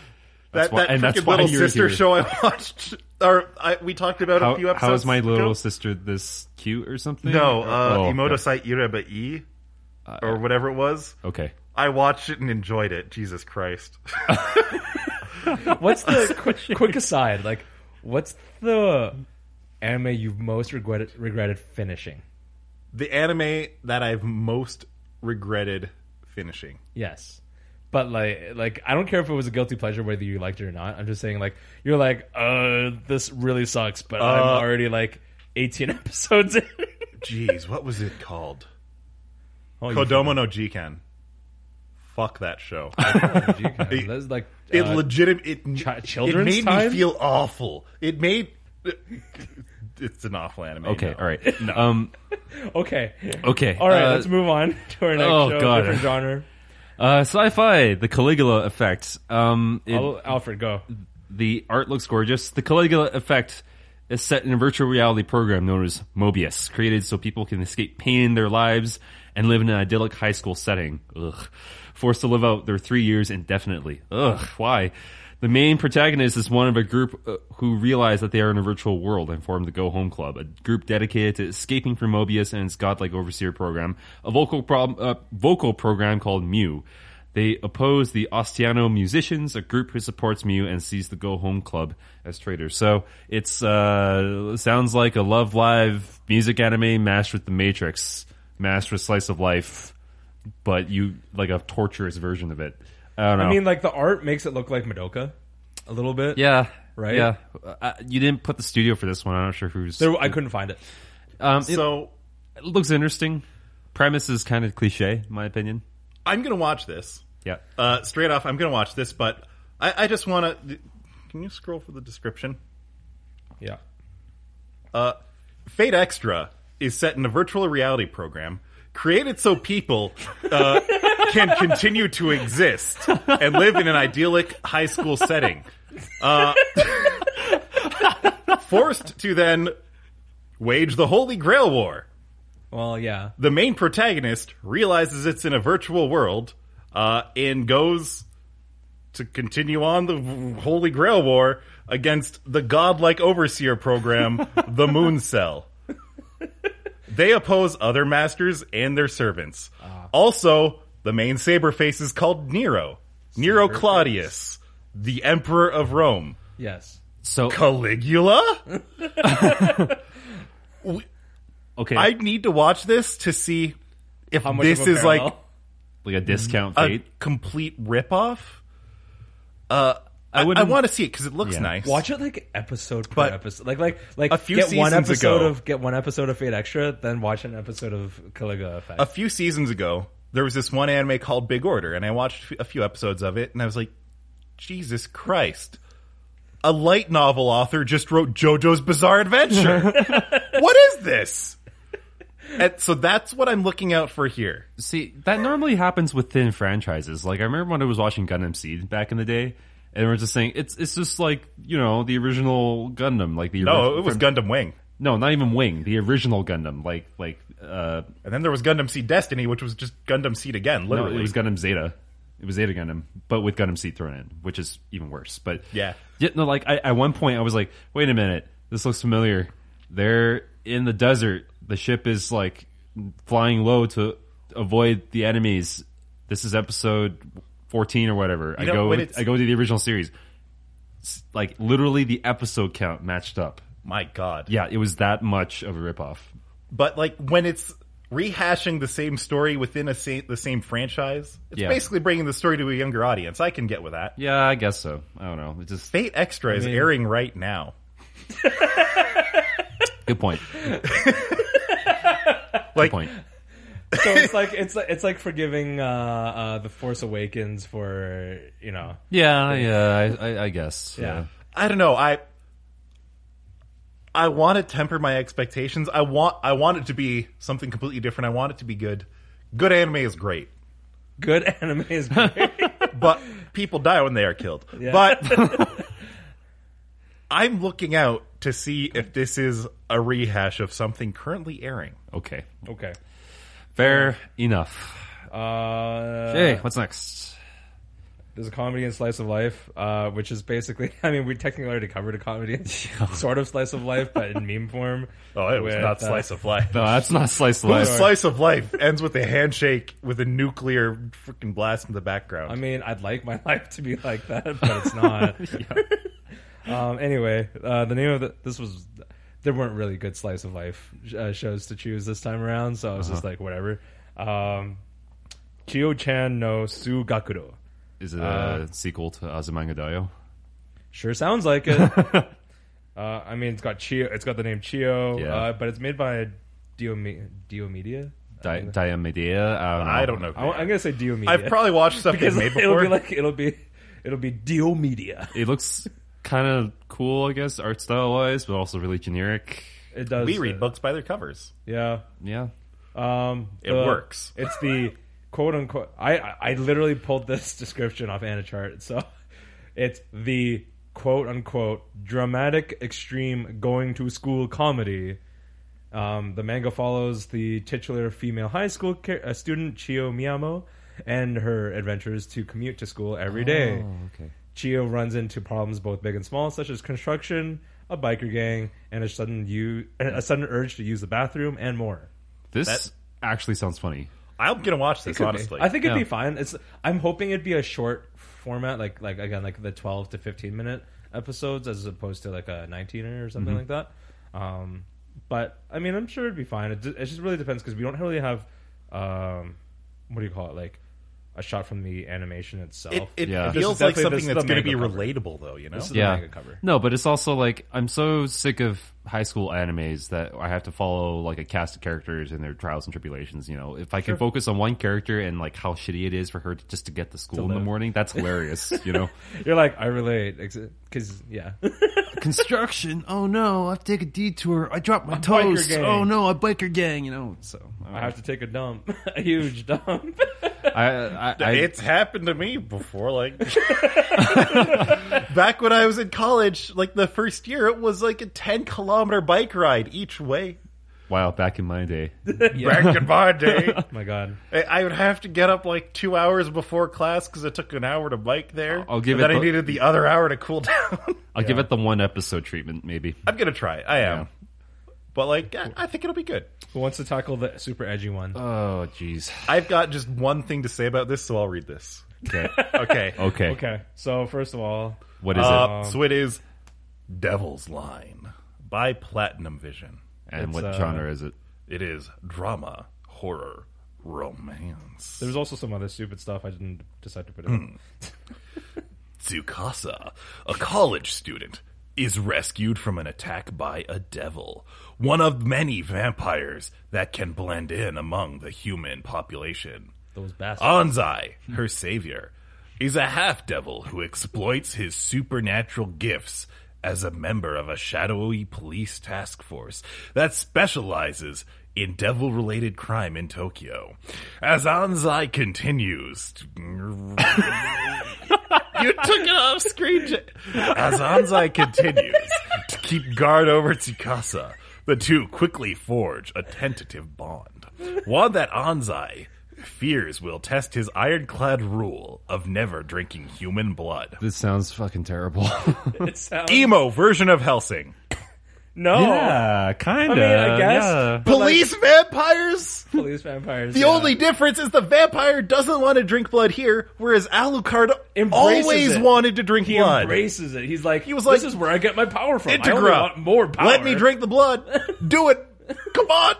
Speaker 2: why-
Speaker 1: that
Speaker 2: and that's
Speaker 1: freaking
Speaker 2: why
Speaker 1: little
Speaker 2: you're
Speaker 1: sister
Speaker 2: here.
Speaker 1: show I watched, or I, we talked about a few
Speaker 2: How,
Speaker 1: episodes.
Speaker 2: how is my little
Speaker 1: ago.
Speaker 2: sister this cute or something?
Speaker 1: No,
Speaker 2: Or-
Speaker 1: uh,
Speaker 2: oh, Uh,
Speaker 1: Imoto Site Yureba E, or whatever it was.
Speaker 2: Okay.
Speaker 1: I watched it and enjoyed it. Jesus Christ.
Speaker 3: What's the quick, quick aside? Like, what's the anime you've most regretted regretted finishing?
Speaker 1: the anime that I've most regretted finishing.
Speaker 3: Yes. But like like I don't care if it was a guilty pleasure whether you liked it or not. I'm just saying like you're like, uh, this really sucks, but
Speaker 1: Uh,
Speaker 3: I'm already like eighteen episodes in.
Speaker 1: Jeez, what was it called?
Speaker 3: oh,
Speaker 1: Kodomo no Jikan. Fuck that show.
Speaker 3: That's like
Speaker 1: It
Speaker 3: uh,
Speaker 1: legit it
Speaker 3: chi-
Speaker 1: it
Speaker 3: children's
Speaker 1: made
Speaker 3: time?
Speaker 1: me feel awful. It made it's an awful anime.
Speaker 2: Okay,
Speaker 1: no.
Speaker 2: all right. Um,
Speaker 3: Okay.
Speaker 2: okay.
Speaker 3: All right,
Speaker 2: uh,
Speaker 3: let's move on to our next
Speaker 2: oh,
Speaker 3: show,
Speaker 2: God.
Speaker 3: different genre.
Speaker 2: uh, sci-fi, the Caligula effect. Um, it-
Speaker 3: Al- Oh, Alfred, go.
Speaker 2: the art looks gorgeous. The Caligula effect is set in a virtual reality program known as Mobius, created so people can escape pain in their lives and live in an idyllic high school setting. Ugh. Forced to live out their three years indefinitely. Ugh. Why? The main protagonist is one of a group uh, who realize that they are in a virtual world and form the Go Home Club, a group dedicated to escaping from Mobius and its godlike overseer program, a vocal, prob- uh, vocal program called Mew. They oppose the Ostiano musicians, a group who supports Mew and sees the Go Home Club as traitors. So it's uh, sounds like a Love Live music anime mashed with The Matrix, mashed with Slice of Life, but you like a torturous version of it. I don't know.
Speaker 3: I mean, like the art makes it look like Madoka a little bit.
Speaker 2: yeah,
Speaker 3: Right?
Speaker 2: Yeah, uh, you didn't put the studio for this one. I'm not sure who's.
Speaker 3: There, I couldn't find it.
Speaker 2: um, it,
Speaker 1: So
Speaker 2: it looks interesting. Premise is kind of cliche, in my opinion.
Speaker 1: I'm gonna watch this.
Speaker 2: Yeah.
Speaker 1: Uh, straight off, I'm gonna watch this, but I, I just wanna can you scroll for the description?
Speaker 3: Yeah.
Speaker 1: Fate Extra is set in a virtual reality program created so people uh, can continue to exist and live in an idyllic high school setting. Uh, forced to then wage the Holy Grail War.
Speaker 3: Well, yeah.
Speaker 1: The main protagonist realizes it's in a virtual world uh, and goes to continue on the Holy Grail War against the godlike overseer program, the Moon Cell. They oppose other masters and their servants. Also, the main saber face is called Nero. Nero Claudius, the Emperor of Rome.
Speaker 3: Yes.
Speaker 2: So
Speaker 1: Caligula?
Speaker 2: okay,
Speaker 1: I need to watch this to see if
Speaker 3: How much
Speaker 1: this
Speaker 3: of a
Speaker 1: is like
Speaker 3: parallel?
Speaker 2: like
Speaker 3: Mhm.
Speaker 2: a discount
Speaker 3: Uh,
Speaker 1: a
Speaker 2: fate.
Speaker 1: complete ripoff. Uh, I, I,
Speaker 2: wouldn't-
Speaker 1: want to see it because it looks
Speaker 2: Yeah.
Speaker 1: nice.
Speaker 3: Watch it like episode per
Speaker 1: But
Speaker 3: episode, like like like
Speaker 1: a few
Speaker 3: get one
Speaker 1: seasons
Speaker 3: episode
Speaker 1: ago-
Speaker 3: of get one episode of Fate Extra, then watch an episode of Caligula Effect.
Speaker 1: a few seasons ago, there was this one anime called Big Order, and I watched a few episodes of it, and I was like, Jesus Christ. A light novel author just wrote JoJo's Bizarre Adventure. what is this? And so that's what I'm looking out for here.
Speaker 2: See, that normally happens within franchises. Like I remember when I was watching Gundam Seed back in the day, and we're just saying it's it's just like you know the original Gundam, like the
Speaker 1: No,
Speaker 2: ori-
Speaker 1: Oh, it was
Speaker 2: from-
Speaker 1: Gundam Wing.
Speaker 2: no, not even Wing, the original Gundam, like like uh,
Speaker 1: And then there was Gundam Seed Destiny, which was just Gundam Seed again,
Speaker 2: no,
Speaker 1: literally.
Speaker 2: it was Gundam Zeta. It was Zeta Gundam, but with Gundam Seed thrown in, which is even worse. But
Speaker 1: Yeah.
Speaker 2: no, like I, at one point I was like, wait a minute, this looks familiar. They're in the desert. The ship is like flying low to avoid the enemies. This is episode fourteen or whatever. I
Speaker 1: know,
Speaker 2: go
Speaker 1: but it's-
Speaker 2: I go to the original series. It's, like literally the episode count matched up.
Speaker 1: My God.
Speaker 2: Yeah, it was that much of a ripoff.
Speaker 1: but like when it's rehashing the same story within a sa- the same franchise, it's
Speaker 2: Yeah.
Speaker 1: basically bringing the story to a younger audience. I can get with that.
Speaker 2: Yeah, I guess so. I don't know. It just
Speaker 1: Fate Extra is airing right now.
Speaker 2: good point.
Speaker 1: Like
Speaker 2: Point.
Speaker 3: so it's like it's like, it's like forgiving uh, uh, the Force Awakens for you know
Speaker 2: Yeah, yeah, I, I, I guess. Yeah.
Speaker 3: Yeah.
Speaker 1: I don't know. I I want to temper my expectations. I want I want it to be something completely different. I want it to be good. Good anime is great,
Speaker 3: good anime is great.
Speaker 1: but people die when they are killed.
Speaker 3: Yeah.
Speaker 1: But I'm looking out to see if this is a rehash of something currently airing.
Speaker 2: Okay.
Speaker 3: okay.
Speaker 2: Fair enough.
Speaker 3: Uh,
Speaker 2: Hey, what's next?
Speaker 3: There's a comedy and slice of life, uh, which is basically I mean we technically already covered a comedy and sort of slice of life, but in meme form.
Speaker 1: Oh, it was
Speaker 3: with,
Speaker 1: not
Speaker 3: uh,
Speaker 1: slice of life.
Speaker 2: No, that's not slice of
Speaker 1: Whose
Speaker 2: life.
Speaker 1: slice of life ends with a handshake with a nuclear freaking blast in the background?
Speaker 3: I mean, I'd like my life to be like that, but it's not. um, anyway, uh, the name of the, this was there weren't really
Speaker 1: Uh-huh.
Speaker 3: good slice of life uh, shows to choose this time around, so I was just like, whatever. Um, Kyo-chan no Sugakuro.
Speaker 2: Is it a
Speaker 1: Uh,
Speaker 2: sequel to Azumanga Daioh?
Speaker 3: Sure sounds like it. uh, I mean, it's got Chio. It's got the name Chio,
Speaker 2: Yeah.
Speaker 3: uh, but it's made by Dio Me- Dio Media.
Speaker 2: Di- Diomedia?
Speaker 1: I don't know.
Speaker 3: I, am gonna say Dio Media.
Speaker 1: I've probably watched stuff they've
Speaker 3: because
Speaker 1: made
Speaker 3: it'll
Speaker 1: before.
Speaker 3: be like it'll be it'll be Dio Media.
Speaker 2: It looks kind of cool, I guess, art style wise, but also really generic.
Speaker 3: It does. uh,
Speaker 1: we read books by their covers.
Speaker 3: Yeah.
Speaker 2: Yeah.
Speaker 3: Um,
Speaker 1: It
Speaker 3: the-
Speaker 1: works.
Speaker 3: It's the quote unquote. I I I literally pulled this description off Anachart. So it's the quote unquote dramatic extreme going to school comedy. Um, the manga follows the titular female high school ca- uh, student Chio Miyamo and her adventures to commute to school every day.
Speaker 1: Oh.
Speaker 2: Oh, okay.
Speaker 3: Chio runs into problems both big and small, such as construction, a biker gang, and a sudden u- a sudden urge to use the bathroom and more.
Speaker 2: This
Speaker 1: That-
Speaker 2: actually sounds funny.
Speaker 1: I'm gonna watch this
Speaker 3: Could be.
Speaker 1: honestly.
Speaker 3: I think it'd
Speaker 2: Yeah.
Speaker 3: be fine. It's I'm hoping it'd be a short format, like like again like the 12 to 15 minute episodes as opposed to like a 19er or something like that. Um, but I mean, I'm sure it'd be fine. It, d- it just really depends because we don't really have um, what do you call it like a shot from the animation itself.
Speaker 1: it, it
Speaker 2: Yeah.
Speaker 3: This
Speaker 1: feels
Speaker 3: is
Speaker 1: like
Speaker 3: definitely-
Speaker 1: something
Speaker 3: this is
Speaker 1: that's
Speaker 3: the
Speaker 1: going to be
Speaker 3: manga cover.
Speaker 1: relatable, though. You know,
Speaker 3: This is-
Speaker 2: yeah.
Speaker 3: manga cover.
Speaker 2: No, but it's also like I'm so sick of high school animes that I have to follow like a cast of characters and their trials and tribulations. You know, if I can focus on one character and like how shitty it is for her to, just to get to school in the
Speaker 3: live.
Speaker 2: morning, that's hilarious. you know,
Speaker 3: You're like I relate because yeah.
Speaker 2: construction. Oh no, I have to take a detour. I dropped my Oh,
Speaker 3: biker gang.
Speaker 2: no, a biker gang. You know, so
Speaker 3: I have to take a dump, a huge dump.
Speaker 2: I, I, I,
Speaker 1: it's happened to me before. Like back when I was in college, like the first year, it was like a ten kilometer bike ride each way.
Speaker 2: wow, back in my day,
Speaker 1: Back in my day,
Speaker 3: oh my god.
Speaker 1: I- I would have to get up like two hours before class because it took an hour to bike there.
Speaker 2: I'll give
Speaker 1: and
Speaker 2: it
Speaker 1: Then I
Speaker 2: the-
Speaker 1: needed the other hour to cool down.
Speaker 2: I'll give it the one episode treatment. Maybe
Speaker 1: I'm gonna try it. I am, but like I, I think it'll be good.
Speaker 3: Who wants to tackle the super edgy one?
Speaker 2: Oh, jeez.
Speaker 1: I've got just one thing to say about this, so I'll read this.
Speaker 2: Okay.
Speaker 1: Okay.
Speaker 2: okay.
Speaker 3: okay, so first of all,
Speaker 2: What is it?
Speaker 1: Uh, so it is Devil's Line by Platinum Vision.
Speaker 2: And
Speaker 3: it's,
Speaker 2: what
Speaker 3: uh,
Speaker 2: genre is it?
Speaker 1: It is drama, horror, romance.
Speaker 3: There's also some other stupid stuff I didn't decide to put in.
Speaker 1: Tsukasa, a college student, is rescued from an attack by a devil, one of many vampires that can blend in among the human population.
Speaker 3: Those bastards.
Speaker 1: Anzai, her savior, is a half devil who exploits his supernatural gifts as a member of a shadowy police task force that specializes in devil related crime in Tokyo. As Anzai continues. to- you took it off screen. J- As Anzai continues to keep guard over Tsukasa, the two quickly forge a tentative bond. One that Anzai fears will test his ironclad rule of never drinking human blood.
Speaker 2: This sounds fucking terrible.
Speaker 3: It sounds-
Speaker 1: Emo version of Helsing.
Speaker 3: no,
Speaker 2: kind
Speaker 3: Oh. I mean, I guess. But
Speaker 1: Police vampires?
Speaker 3: like, police vampires.
Speaker 1: The only difference is the vampire doesn't want to drink blood here, whereas Alucard
Speaker 3: Embraces
Speaker 1: always
Speaker 3: it.
Speaker 1: wanted to drink
Speaker 3: he
Speaker 1: blood.
Speaker 3: embraces it. He's like, he was
Speaker 1: was like,
Speaker 3: like, this is where I get my power from. I only
Speaker 1: Integra.
Speaker 3: want more power.
Speaker 1: Let me drink the blood. Do it. Come on.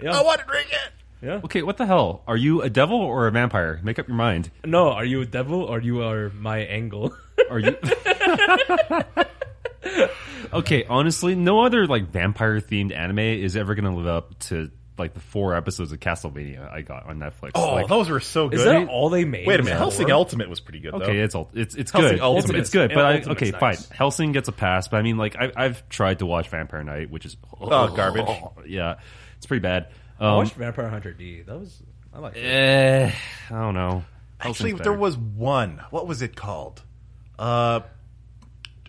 Speaker 3: Yeah.
Speaker 1: I want to drink it.
Speaker 3: Yeah.
Speaker 2: Okay, what the hell? Are you a devil or a vampire? Make up your mind.
Speaker 3: No, are you a devil or you are my angle?
Speaker 2: Are you? okay, honestly, no other like vampire themed anime is ever gonna live up to like the four episodes of Castlevania I got on Netflix.
Speaker 1: Oh,
Speaker 2: Like,
Speaker 1: those were so good.
Speaker 3: is that all they made?
Speaker 1: Wait a minute.
Speaker 3: Is
Speaker 1: Helsing
Speaker 3: four?
Speaker 1: Ultimate was pretty good, though.
Speaker 2: Okay, it's all it's it's
Speaker 1: Hellsing
Speaker 2: good. It's,
Speaker 1: Ultimate.
Speaker 2: it's good, but
Speaker 3: And
Speaker 2: I,
Speaker 3: Ultimate's
Speaker 2: okay,
Speaker 3: nice.
Speaker 2: fine. Helsing gets a pass, but I mean, like I, I've tried to watch Vampire Knight, which is
Speaker 1: Oh, garbage.
Speaker 2: Yeah, it's pretty bad.
Speaker 3: I
Speaker 2: Um,
Speaker 3: watched Vampire Hunter D. That was I like. it.
Speaker 2: eh, I don't know.
Speaker 1: Actually,
Speaker 2: Hellsing's
Speaker 1: there
Speaker 2: better.
Speaker 1: was one. What was it called? Uh,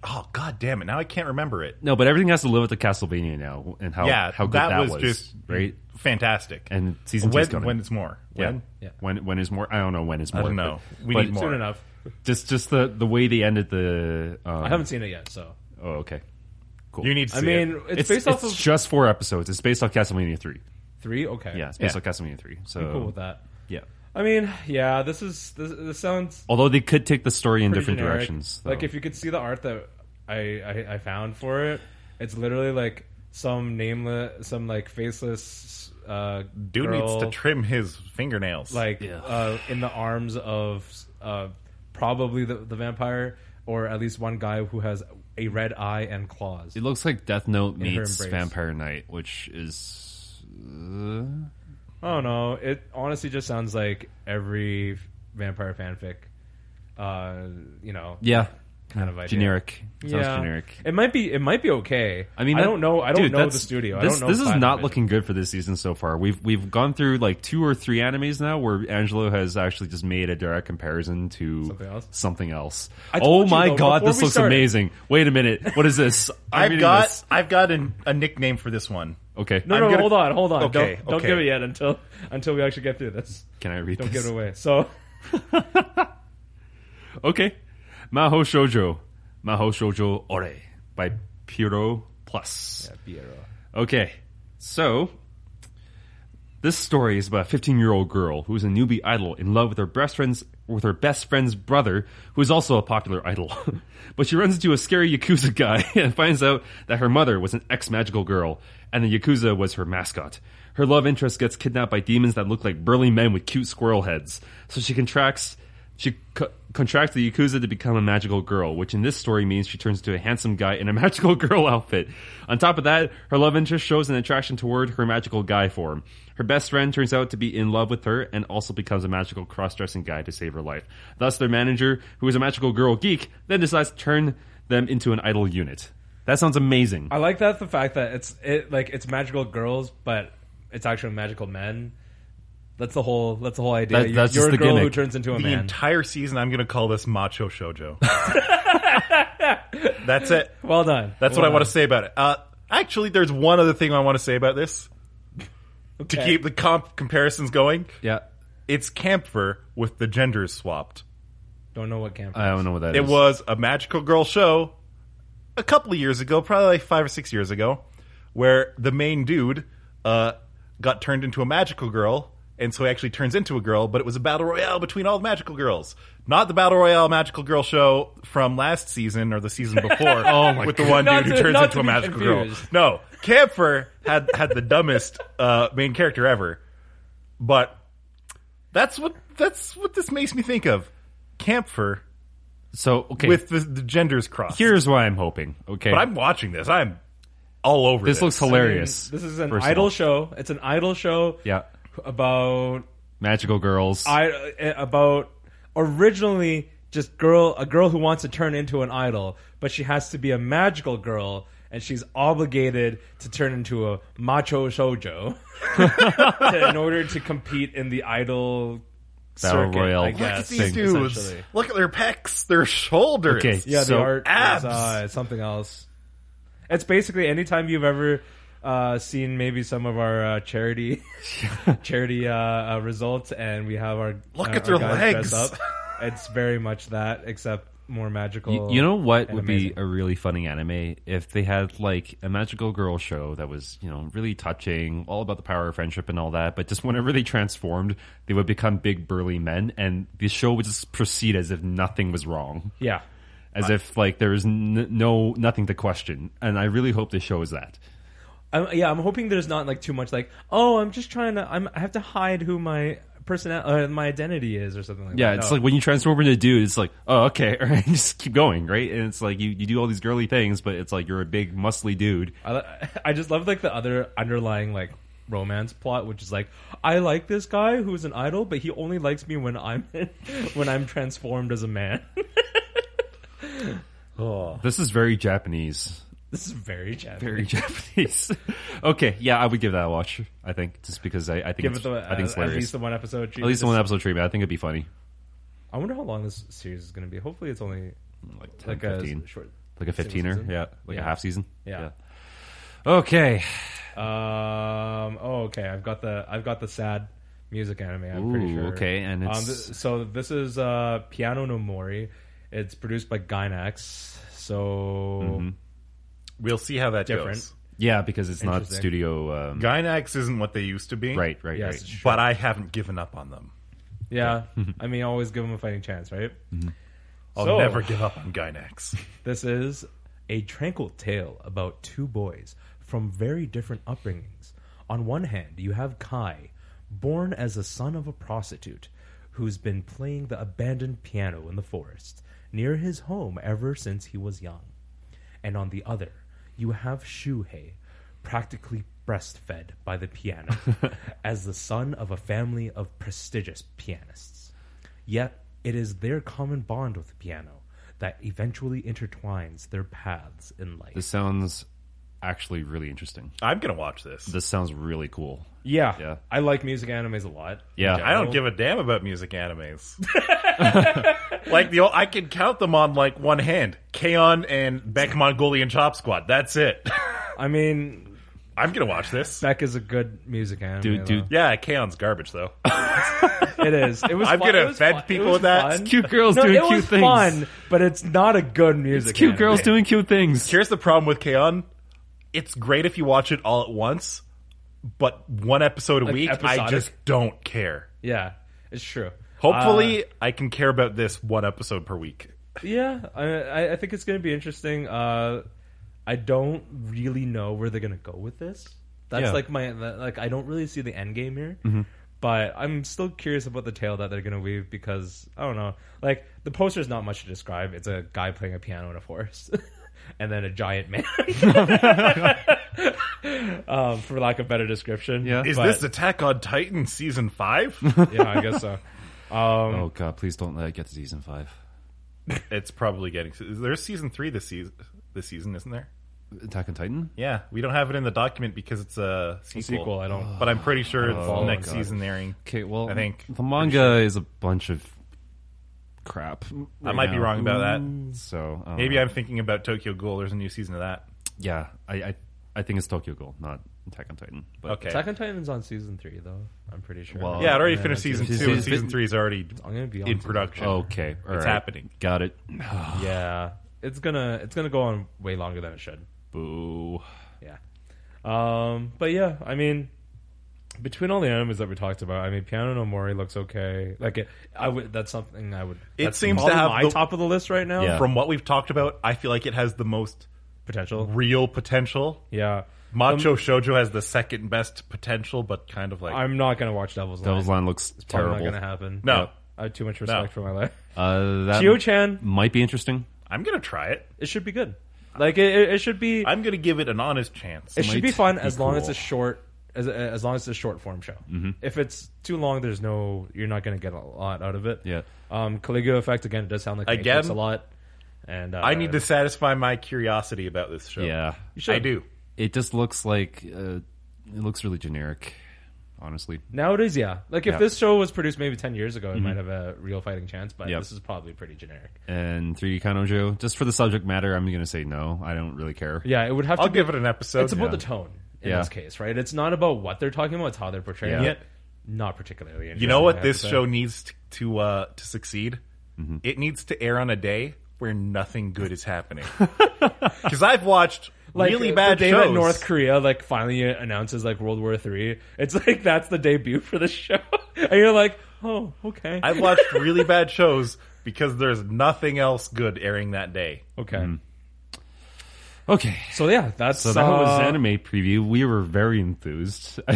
Speaker 1: oh, god damn it. Now I can't remember it.
Speaker 2: no, but everything has to live with the Castlevania now, and how
Speaker 1: Yeah,
Speaker 2: how good
Speaker 1: that
Speaker 2: that,
Speaker 1: was
Speaker 2: was,
Speaker 1: just-
Speaker 2: right.
Speaker 1: Fantastic.
Speaker 2: And season two
Speaker 1: when,
Speaker 2: is coming.
Speaker 1: when it's more.
Speaker 2: yeah.
Speaker 1: When?
Speaker 3: Yeah.
Speaker 2: when when is more? I don't know when is more.
Speaker 1: I don't know.
Speaker 2: but-
Speaker 1: we
Speaker 2: but
Speaker 1: need more.
Speaker 3: Soon enough.
Speaker 2: Just just the the way they ended the. Um,
Speaker 3: I haven't seen it yet, so
Speaker 2: Oh, okay.
Speaker 1: You need to
Speaker 3: I
Speaker 1: see it.
Speaker 3: mean, it's,
Speaker 2: It's,
Speaker 3: based off
Speaker 2: it's
Speaker 3: of
Speaker 2: just four episodes. It's based off Castlevania three.
Speaker 3: three. Okay,
Speaker 2: Yeah, it's based
Speaker 1: Yeah.
Speaker 2: off Castlevania three. So
Speaker 3: I'm cool with that.
Speaker 2: Yeah.
Speaker 3: I mean, yeah, this is this, this sounds
Speaker 2: Although they could take the story in
Speaker 3: pretty
Speaker 2: different
Speaker 3: generic.
Speaker 2: directions.
Speaker 3: Like if you could see the art that I, I I found for it, it's literally like some nameless, some like faceless uh,
Speaker 1: Dude needs to
Speaker 3: girl,
Speaker 1: trim his fingernails.
Speaker 3: like uh, in the arms of uh, probably the, the vampire, or at least one guy who has a red eye and claws.
Speaker 2: It looks like Death Note
Speaker 3: her
Speaker 2: meets
Speaker 3: embrace.
Speaker 2: Vampire Knight, which is uh,
Speaker 3: Oh no! It honestly just sounds like every vampire fanfic. Uh, you know,
Speaker 2: yeah,
Speaker 3: kind of idea.
Speaker 2: generic. It sounds
Speaker 3: Yeah.
Speaker 2: generic.
Speaker 3: It might be. It might be okay.
Speaker 2: I mean,
Speaker 3: I
Speaker 2: that-
Speaker 3: don't know. I don't
Speaker 2: dude,
Speaker 3: know the
Speaker 2: that's-
Speaker 3: studio.
Speaker 2: This,
Speaker 3: I don't know.
Speaker 2: this is not
Speaker 3: Platinum.
Speaker 2: looking good for this season so far. We've we've gone through like two or three animes now where Angelo has actually just made a direct comparison to
Speaker 3: Something else?
Speaker 2: something else.
Speaker 3: I told
Speaker 2: Oh
Speaker 3: you,
Speaker 2: my
Speaker 3: though,
Speaker 2: god,
Speaker 3: before
Speaker 2: this
Speaker 3: we
Speaker 2: looks
Speaker 3: started-
Speaker 2: amazing! Wait a minute, what is this? I'm
Speaker 1: I've
Speaker 2: reading
Speaker 1: got
Speaker 2: this.
Speaker 1: I've got an, a nickname for this one.
Speaker 2: okay.
Speaker 3: No,
Speaker 1: I'm
Speaker 3: no,
Speaker 1: gonna-
Speaker 3: hold on, hold on.
Speaker 1: Okay,
Speaker 3: don't, don't
Speaker 1: okay.
Speaker 3: give it yet until until we actually get through this.
Speaker 2: Can I read?
Speaker 3: Don't
Speaker 2: this?
Speaker 3: give it away. So,
Speaker 2: Okay. Maho Shoujo. Maho Shoujo Ore by Piro Plus. Okay. So, this story is about a 15-year-old girl who is a newbie idol in love with her best friend's with her best friend's brother, who is also a popular idol. but she runs into a scary yakuza guy and finds out that her mother was an ex-magical girl and the yakuza was her mascot. Her love interest gets kidnapped by demons that look like burly men with cute squirrel heads. So she contracts she co- contracts the Yakuza to become a magical girl, which in this story means she turns into a handsome guy in a magical girl outfit. On top of that, her love interest shows an attraction toward her magical guy form. Her best friend turns out to be in love with her and also becomes a magical cross dressing guy to save her life. Thus, their manager, who is a magical girl geek, then decides to turn them into an idol unit. That sounds amazing.
Speaker 3: I like that the fact that it's it like it's magical girls, but it's actually magical men. That's the whole. That's the whole idea.
Speaker 2: That-
Speaker 3: You're-
Speaker 2: that's
Speaker 3: You're
Speaker 2: just
Speaker 3: a
Speaker 2: the
Speaker 3: girl who
Speaker 2: gimmick.
Speaker 3: turns into a
Speaker 1: The
Speaker 3: Oh, man.
Speaker 1: entire season, I'm going to call this Macho Shoujo. That's it.
Speaker 3: well done.
Speaker 1: That's what I want to say about it. Uh, actually, there's one other thing I want to say about this to
Speaker 3: Okay.
Speaker 1: keep the comp comparisons going.
Speaker 2: yeah.
Speaker 1: It's Camphor with the genders swapped.
Speaker 3: Don't know what camp.
Speaker 2: I don't know what that is.
Speaker 1: It was a magical girl show a couple of years ago, probably like five or six years ago, where the main dude uh, got turned into a magical girl, and so he actually turns into a girl, but it was a battle royale between all the magical girls. Not the battle royale magical girl show from last season or the season before oh my with the one
Speaker 3: Not
Speaker 1: dude
Speaker 3: to-
Speaker 1: who turns
Speaker 3: not
Speaker 1: into
Speaker 3: to
Speaker 1: a
Speaker 3: be
Speaker 1: magical
Speaker 3: confused.
Speaker 1: girl. No, Camphor had, had the dumbest uh, main character ever, but that's what, that's what this makes me think of. Camphor
Speaker 2: So, okay.
Speaker 1: with the, the genders crossed.
Speaker 2: here's why I'm hoping. Okay.
Speaker 1: but I'm watching this. I'm all over this.
Speaker 2: this looks hilarious.
Speaker 3: This is an
Speaker 2: first of
Speaker 3: idol
Speaker 2: all.
Speaker 3: show. It's an idol show
Speaker 2: Yeah.
Speaker 3: about
Speaker 2: magical girls.
Speaker 3: I uh, about originally just girl a girl who wants to turn into an idol, but she has to be a magical girl and she's obligated to turn into a macho shoujo to- in order to compete in the idol
Speaker 2: Battle
Speaker 3: circuit,
Speaker 2: royale
Speaker 3: I
Speaker 1: Look
Speaker 3: guess.
Speaker 1: at these
Speaker 2: thing,
Speaker 1: dudes.
Speaker 3: essentially.
Speaker 1: Look at their pecs, their shoulders.
Speaker 2: Okay.
Speaker 3: Yeah, the
Speaker 2: So,
Speaker 3: art
Speaker 1: abs.
Speaker 3: is uh, something else. It's basically anytime you've ever uh, seen maybe some of our uh, charity charity uh, uh, results, and we have our
Speaker 1: Look
Speaker 3: our-
Speaker 1: at
Speaker 3: our
Speaker 1: their
Speaker 3: guys dress
Speaker 1: legs.
Speaker 3: Up. It's very much that, except more magical.
Speaker 2: you know what would be
Speaker 3: amazing.
Speaker 2: a really funny anime if they had like a magical girl show that was you know really touching, all about the power of friendship and all that. But just whenever they transformed, they would become big burly men, and the show would just proceed as if nothing was wrong,
Speaker 3: yeah.
Speaker 2: as if like there was n- no nothing to question. And I really hope this show is that.
Speaker 3: I'm, yeah, I'm hoping there's not like too much like, oh, I'm just trying to, I'm, I have to hide who my person, uh, my identity is, or something like
Speaker 2: Yeah,
Speaker 3: that.
Speaker 2: it's
Speaker 3: No.
Speaker 2: like when you transform into a dude, it's like, oh, okay, all right, just keep going, right? And it's like you, you do all these girly things, but it's like you're a big, muscly dude.
Speaker 3: I, li- I just love like the other underlying like romance plot, which is like I like this guy who's an idol, but he only likes me when I'm when I'm transformed as a man.
Speaker 2: This is very Japanese.
Speaker 3: this is very chat.
Speaker 2: very Japanese. okay, yeah, I would give that a watch. I think just because I, I think
Speaker 3: Give
Speaker 2: it's,
Speaker 3: it the
Speaker 2: I think it's
Speaker 3: uh, at
Speaker 2: hilarious.
Speaker 3: least the one episode.
Speaker 2: At least
Speaker 3: Jesus.
Speaker 2: the one episode treatment. I think it'd be funny.
Speaker 3: I wonder how long this series is going to be. Hopefully, it's only
Speaker 2: Like 10,
Speaker 3: like
Speaker 2: 15.
Speaker 3: a short.
Speaker 2: like a fifteener,
Speaker 3: season.
Speaker 2: yeah, like
Speaker 3: Yeah.
Speaker 2: a half season.
Speaker 3: Yeah.
Speaker 2: Okay.
Speaker 3: Um. Oh, okay. I've got the I've got the sad music anime. I'm pretty
Speaker 2: Ooh,
Speaker 3: sure.
Speaker 2: okay, and
Speaker 3: um,
Speaker 2: it's-
Speaker 3: th- so this is uh, Piano No Mori. It's produced by Gainax. So
Speaker 2: Mm-hmm.
Speaker 1: We'll see how that
Speaker 3: Different.
Speaker 1: goes.
Speaker 2: Yeah, because it's not
Speaker 3: Interesting.
Speaker 2: studio. Um,
Speaker 1: Gynax isn't what they used to be.
Speaker 2: right. Right.
Speaker 3: Yes,
Speaker 2: Right.
Speaker 3: sure.
Speaker 1: But I haven't given up on them.
Speaker 3: Yeah, I mean, always give them a fighting chance, right?
Speaker 1: Mm-hmm. I'll
Speaker 3: So-
Speaker 1: never give up on Gynax.
Speaker 3: This is a tranquil tale about two boys from very different upbringings,
Speaker 5: On one hand, you have Kai, born as the son of a prostitute, who's been playing the abandoned piano in the forest near his home ever since he was young. And on the other, you have Shuhei, practically breastfed by the piano, as the son of a family of prestigious pianists. Yet, it is their common bond with the piano that eventually intertwines their paths in life.
Speaker 2: This sounds actually really interesting.
Speaker 1: I'm gonna watch this.
Speaker 2: This sounds really cool.
Speaker 3: Yeah,
Speaker 2: Yeah.
Speaker 3: I like music animes a lot.
Speaker 2: Yeah.
Speaker 1: I don't give a damn about music animes. like the old, I can count them on like one hand. Kaon and Beck Mongolian Chop Squad. That's it.
Speaker 3: I mean,
Speaker 1: I'm gonna watch this.
Speaker 3: Beck is a good music anime.
Speaker 2: Dude, dude,
Speaker 1: Yeah, Kaon's garbage though.
Speaker 3: though. it is. It was.
Speaker 1: I'm
Speaker 3: fun.
Speaker 1: gonna
Speaker 3: It was
Speaker 1: offend
Speaker 3: fun. It
Speaker 1: people
Speaker 3: was
Speaker 1: with that.
Speaker 3: fun.
Speaker 2: cute girls
Speaker 3: No,
Speaker 2: doing
Speaker 3: it
Speaker 2: cute
Speaker 3: was
Speaker 2: things.
Speaker 3: fun, but it's not a good music.
Speaker 2: It's cute
Speaker 3: anime.
Speaker 2: girls doing cute things.
Speaker 1: Here's the problem with Kaon. It's great if you watch it all at once, but one episode a week, I
Speaker 3: episodic?
Speaker 1: just don't care.
Speaker 3: Yeah, Uh, it's true.
Speaker 1: Hopefully, I can care about this one episode per week.
Speaker 3: Yeah, I- I, I think it's going to be interesting. Uh, I don't really know where they're going to go with this. That's
Speaker 2: Yeah. Mm-hmm.
Speaker 3: like my that- like I don't really see the end game here. But I'm still curious about the tale that they're going to weave because I don't know. Like the poster's not much to describe. It's a guy playing a piano in a forest. And then a giant man, um, for lack of better description.
Speaker 2: Yeah.
Speaker 1: Is
Speaker 3: But-
Speaker 1: this Attack on Titan season five?
Speaker 3: yeah, I guess so. Um,
Speaker 2: oh god, please don't let it get to season five.
Speaker 1: it's probably getting. There's season three this season. This season, isn't there?
Speaker 2: Attack on Titan.
Speaker 1: Yeah, we don't have it in the document because it's a sequel.
Speaker 3: sequel, I don't-
Speaker 1: But I'm pretty sure it's
Speaker 2: Oh,
Speaker 1: next
Speaker 2: God.
Speaker 1: season airing.
Speaker 2: Okay, well,
Speaker 1: I think-
Speaker 2: the manga is a bunch of crap. Mm.
Speaker 1: I might be wrong about that.
Speaker 2: So I don't
Speaker 1: Maybe
Speaker 2: know.
Speaker 1: I'm thinking about Tokyo Ghoul. There's a new season of that.
Speaker 2: Yeah, I, I I think it's Tokyo Ghoul, not Attack on Titan. But
Speaker 1: Okay.
Speaker 3: Attack on Titan's on season three, though. I'm pretty sure.
Speaker 2: Well-
Speaker 1: yeah, it already
Speaker 3: Yeah,
Speaker 1: finished
Speaker 3: that's-
Speaker 1: season two.
Speaker 2: season-
Speaker 1: and season three is already
Speaker 3: I'm gonna be on
Speaker 1: in
Speaker 3: to-
Speaker 2: Oh,
Speaker 1: production.
Speaker 3: Oh,
Speaker 2: okay, all
Speaker 1: It's
Speaker 2: right.
Speaker 1: happening.
Speaker 2: Got it.
Speaker 3: Yeah, it's gonna it's gonna go on way longer than it should.
Speaker 2: Boo.
Speaker 3: Yeah, um, but yeah, I mean, between all the animes that we talked about, I mean, Piano No Mori looks okay. Like, it, I would that's something I would.
Speaker 1: It
Speaker 3: that's
Speaker 1: seems to
Speaker 3: probably
Speaker 1: have
Speaker 3: my
Speaker 1: the-
Speaker 3: top of the list right now.
Speaker 2: Yeah.
Speaker 1: Uh, From what we've talked about, I feel like it has the most
Speaker 3: Potential.
Speaker 1: real potential.
Speaker 3: Yeah,
Speaker 1: Macho Shoujo has the second best potential, but kind of like
Speaker 3: Um, I'm not gonna watch Devil's Line.
Speaker 2: Devil's Line looks
Speaker 3: Probably
Speaker 2: terrible.
Speaker 3: not gonna happen.
Speaker 1: no.
Speaker 3: I have too much respect for my life.
Speaker 2: Uh, that
Speaker 3: Geo Chan,
Speaker 2: might be interesting.
Speaker 1: I'm gonna try it.
Speaker 3: it should be good. Like it, it, it should be.
Speaker 1: I'm gonna give it an honest chance.
Speaker 3: it should be
Speaker 2: might
Speaker 3: fun
Speaker 2: be
Speaker 3: as long as it's
Speaker 2: cool. Mm-hmm.
Speaker 3: a short as as long as it's a short form show. If it's too long, there's no you're not going to get a lot out of it.
Speaker 2: Yeah.
Speaker 3: Um, Caligula effect again. It does sound like
Speaker 1: Again?
Speaker 3: again a lot. And uh,
Speaker 1: I need to satisfy my curiosity about this show.
Speaker 2: Yeah,
Speaker 1: I do.
Speaker 2: it just looks like uh, it looks really generic. Honestly,
Speaker 3: nowadays. Yeah, like if
Speaker 2: Yeah.
Speaker 3: this show was produced maybe ten years
Speaker 2: Mm-hmm.
Speaker 3: ago, it might have a real fighting chance. But
Speaker 2: Yep.
Speaker 3: this is probably pretty generic.
Speaker 2: and 3D Kanojo. Just for the subject matter, I'm gonna say no. I don't really care.
Speaker 3: Yeah, it would have
Speaker 1: I'll
Speaker 3: to. Be,
Speaker 1: give it an episode.
Speaker 3: it's about the tone in
Speaker 2: Yeah.
Speaker 3: this case, right? It's not about what they're talking about; it's how they're portraying
Speaker 2: Yeah.
Speaker 3: it. Not particularly.
Speaker 1: You know what this show needs t- to uh, to succeed?
Speaker 2: Mm-hmm.
Speaker 1: It needs to air on a day where nothing good is happening. Because I've watched really bad
Speaker 3: uh, the day
Speaker 1: shows.
Speaker 3: that North Korea like finally announces like World War Three. It's like that's the debut for the show, and you're like, oh, okay,
Speaker 1: I've watched really bad shows because there's nothing else good airing that day.
Speaker 3: okay.
Speaker 2: Okay,
Speaker 3: So yeah, that's
Speaker 2: Hmm. so that was
Speaker 3: uh,
Speaker 2: anime preview. We were very enthused.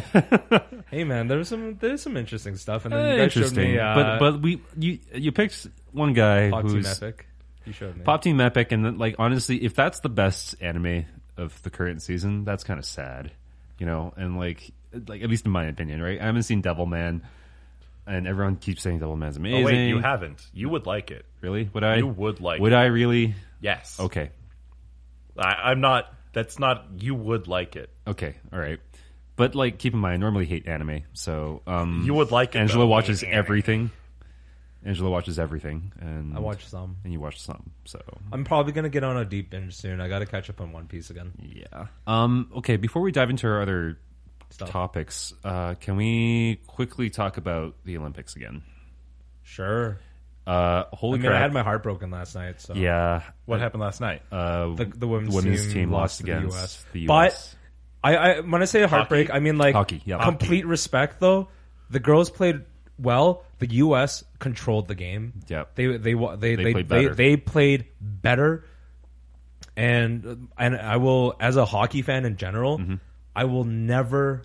Speaker 3: Hey man, there was some there's some interesting stuff, and then you guys showed
Speaker 2: Interesting,
Speaker 3: me uh,
Speaker 2: but but we you you picked one guy
Speaker 3: Fox Team
Speaker 2: who's
Speaker 3: Epic. You showed me.
Speaker 2: Pop Team Epic, and then, like honestly, if that's the best anime of the current season, that's kind of sad, you know. And like, like at least in my opinion, right? I haven't seen Devil Man, and everyone keeps saying Devil Man's amazing.
Speaker 1: Oh, wait, you haven't. You would like it.
Speaker 2: really? Would I?
Speaker 1: You would like
Speaker 2: Would
Speaker 1: it.
Speaker 2: I really?
Speaker 1: Yes.
Speaker 2: Okay,
Speaker 1: I, I'm not. That's not. You would like it.
Speaker 2: okay, all right. But like, keep in mind, I normally hate anime, so um,
Speaker 1: You would like it.
Speaker 2: Angela
Speaker 1: though.
Speaker 2: watches everything. Angela watches everything, and
Speaker 3: I watched some.
Speaker 2: and you watch some. So
Speaker 3: I'm probably gonna get on a deep binge soon. I got to catch up on One Piece again.
Speaker 2: yeah. Um. Okay. Before we dive into our other
Speaker 3: Stuff.
Speaker 2: topics. Uh, can we quickly talk about the Olympics again?
Speaker 3: Sure.
Speaker 2: Uh, holy
Speaker 3: I mean,
Speaker 2: crap!
Speaker 3: I had my heart broken last night. So
Speaker 2: yeah,
Speaker 1: What happened last night?
Speaker 2: uh,
Speaker 3: the, the women's,
Speaker 2: team, lost against the US.
Speaker 3: But I, I when I say heartbreak, I mean like
Speaker 2: Hockey, yeah.
Speaker 3: complete respect. Though the girls played well. The U.S. controlled the game.
Speaker 2: Yep.
Speaker 3: they they wa- they
Speaker 2: They
Speaker 3: they they,
Speaker 2: played
Speaker 3: they,
Speaker 2: better.
Speaker 3: played better.
Speaker 2: Mm-hmm.
Speaker 3: And and I will, as a hockey fan in general, I will never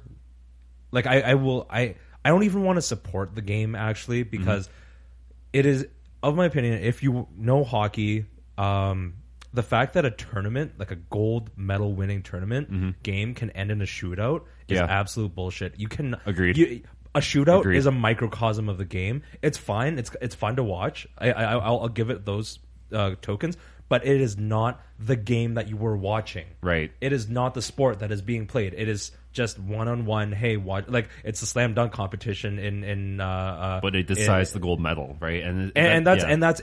Speaker 3: Like I, I will I I don't even want to support the game actually
Speaker 2: Mm-hmm.
Speaker 3: because it is of my opinion if you know hockey um the fact that a tournament like a gold medal winning tournament game can end in a shootout is
Speaker 2: Mm-hmm. Yeah.
Speaker 3: absolute bullshit. You can
Speaker 2: Agreed.
Speaker 3: you- a shootout
Speaker 2: Agreed.
Speaker 3: is a microcosm of the game. It's fine. It's it's fun to watch. I, I I'll, I'll give it those uh, tokens, but it is not the game that you were watching.
Speaker 2: Right.
Speaker 3: It is not the sport that is being played. It is just one on one. Hey, watch like it's a slam dunk competition in in. Uh, uh,
Speaker 2: but it
Speaker 3: in-
Speaker 2: decides the gold medal, right? And
Speaker 3: and, and that's
Speaker 2: yeah.
Speaker 3: and that's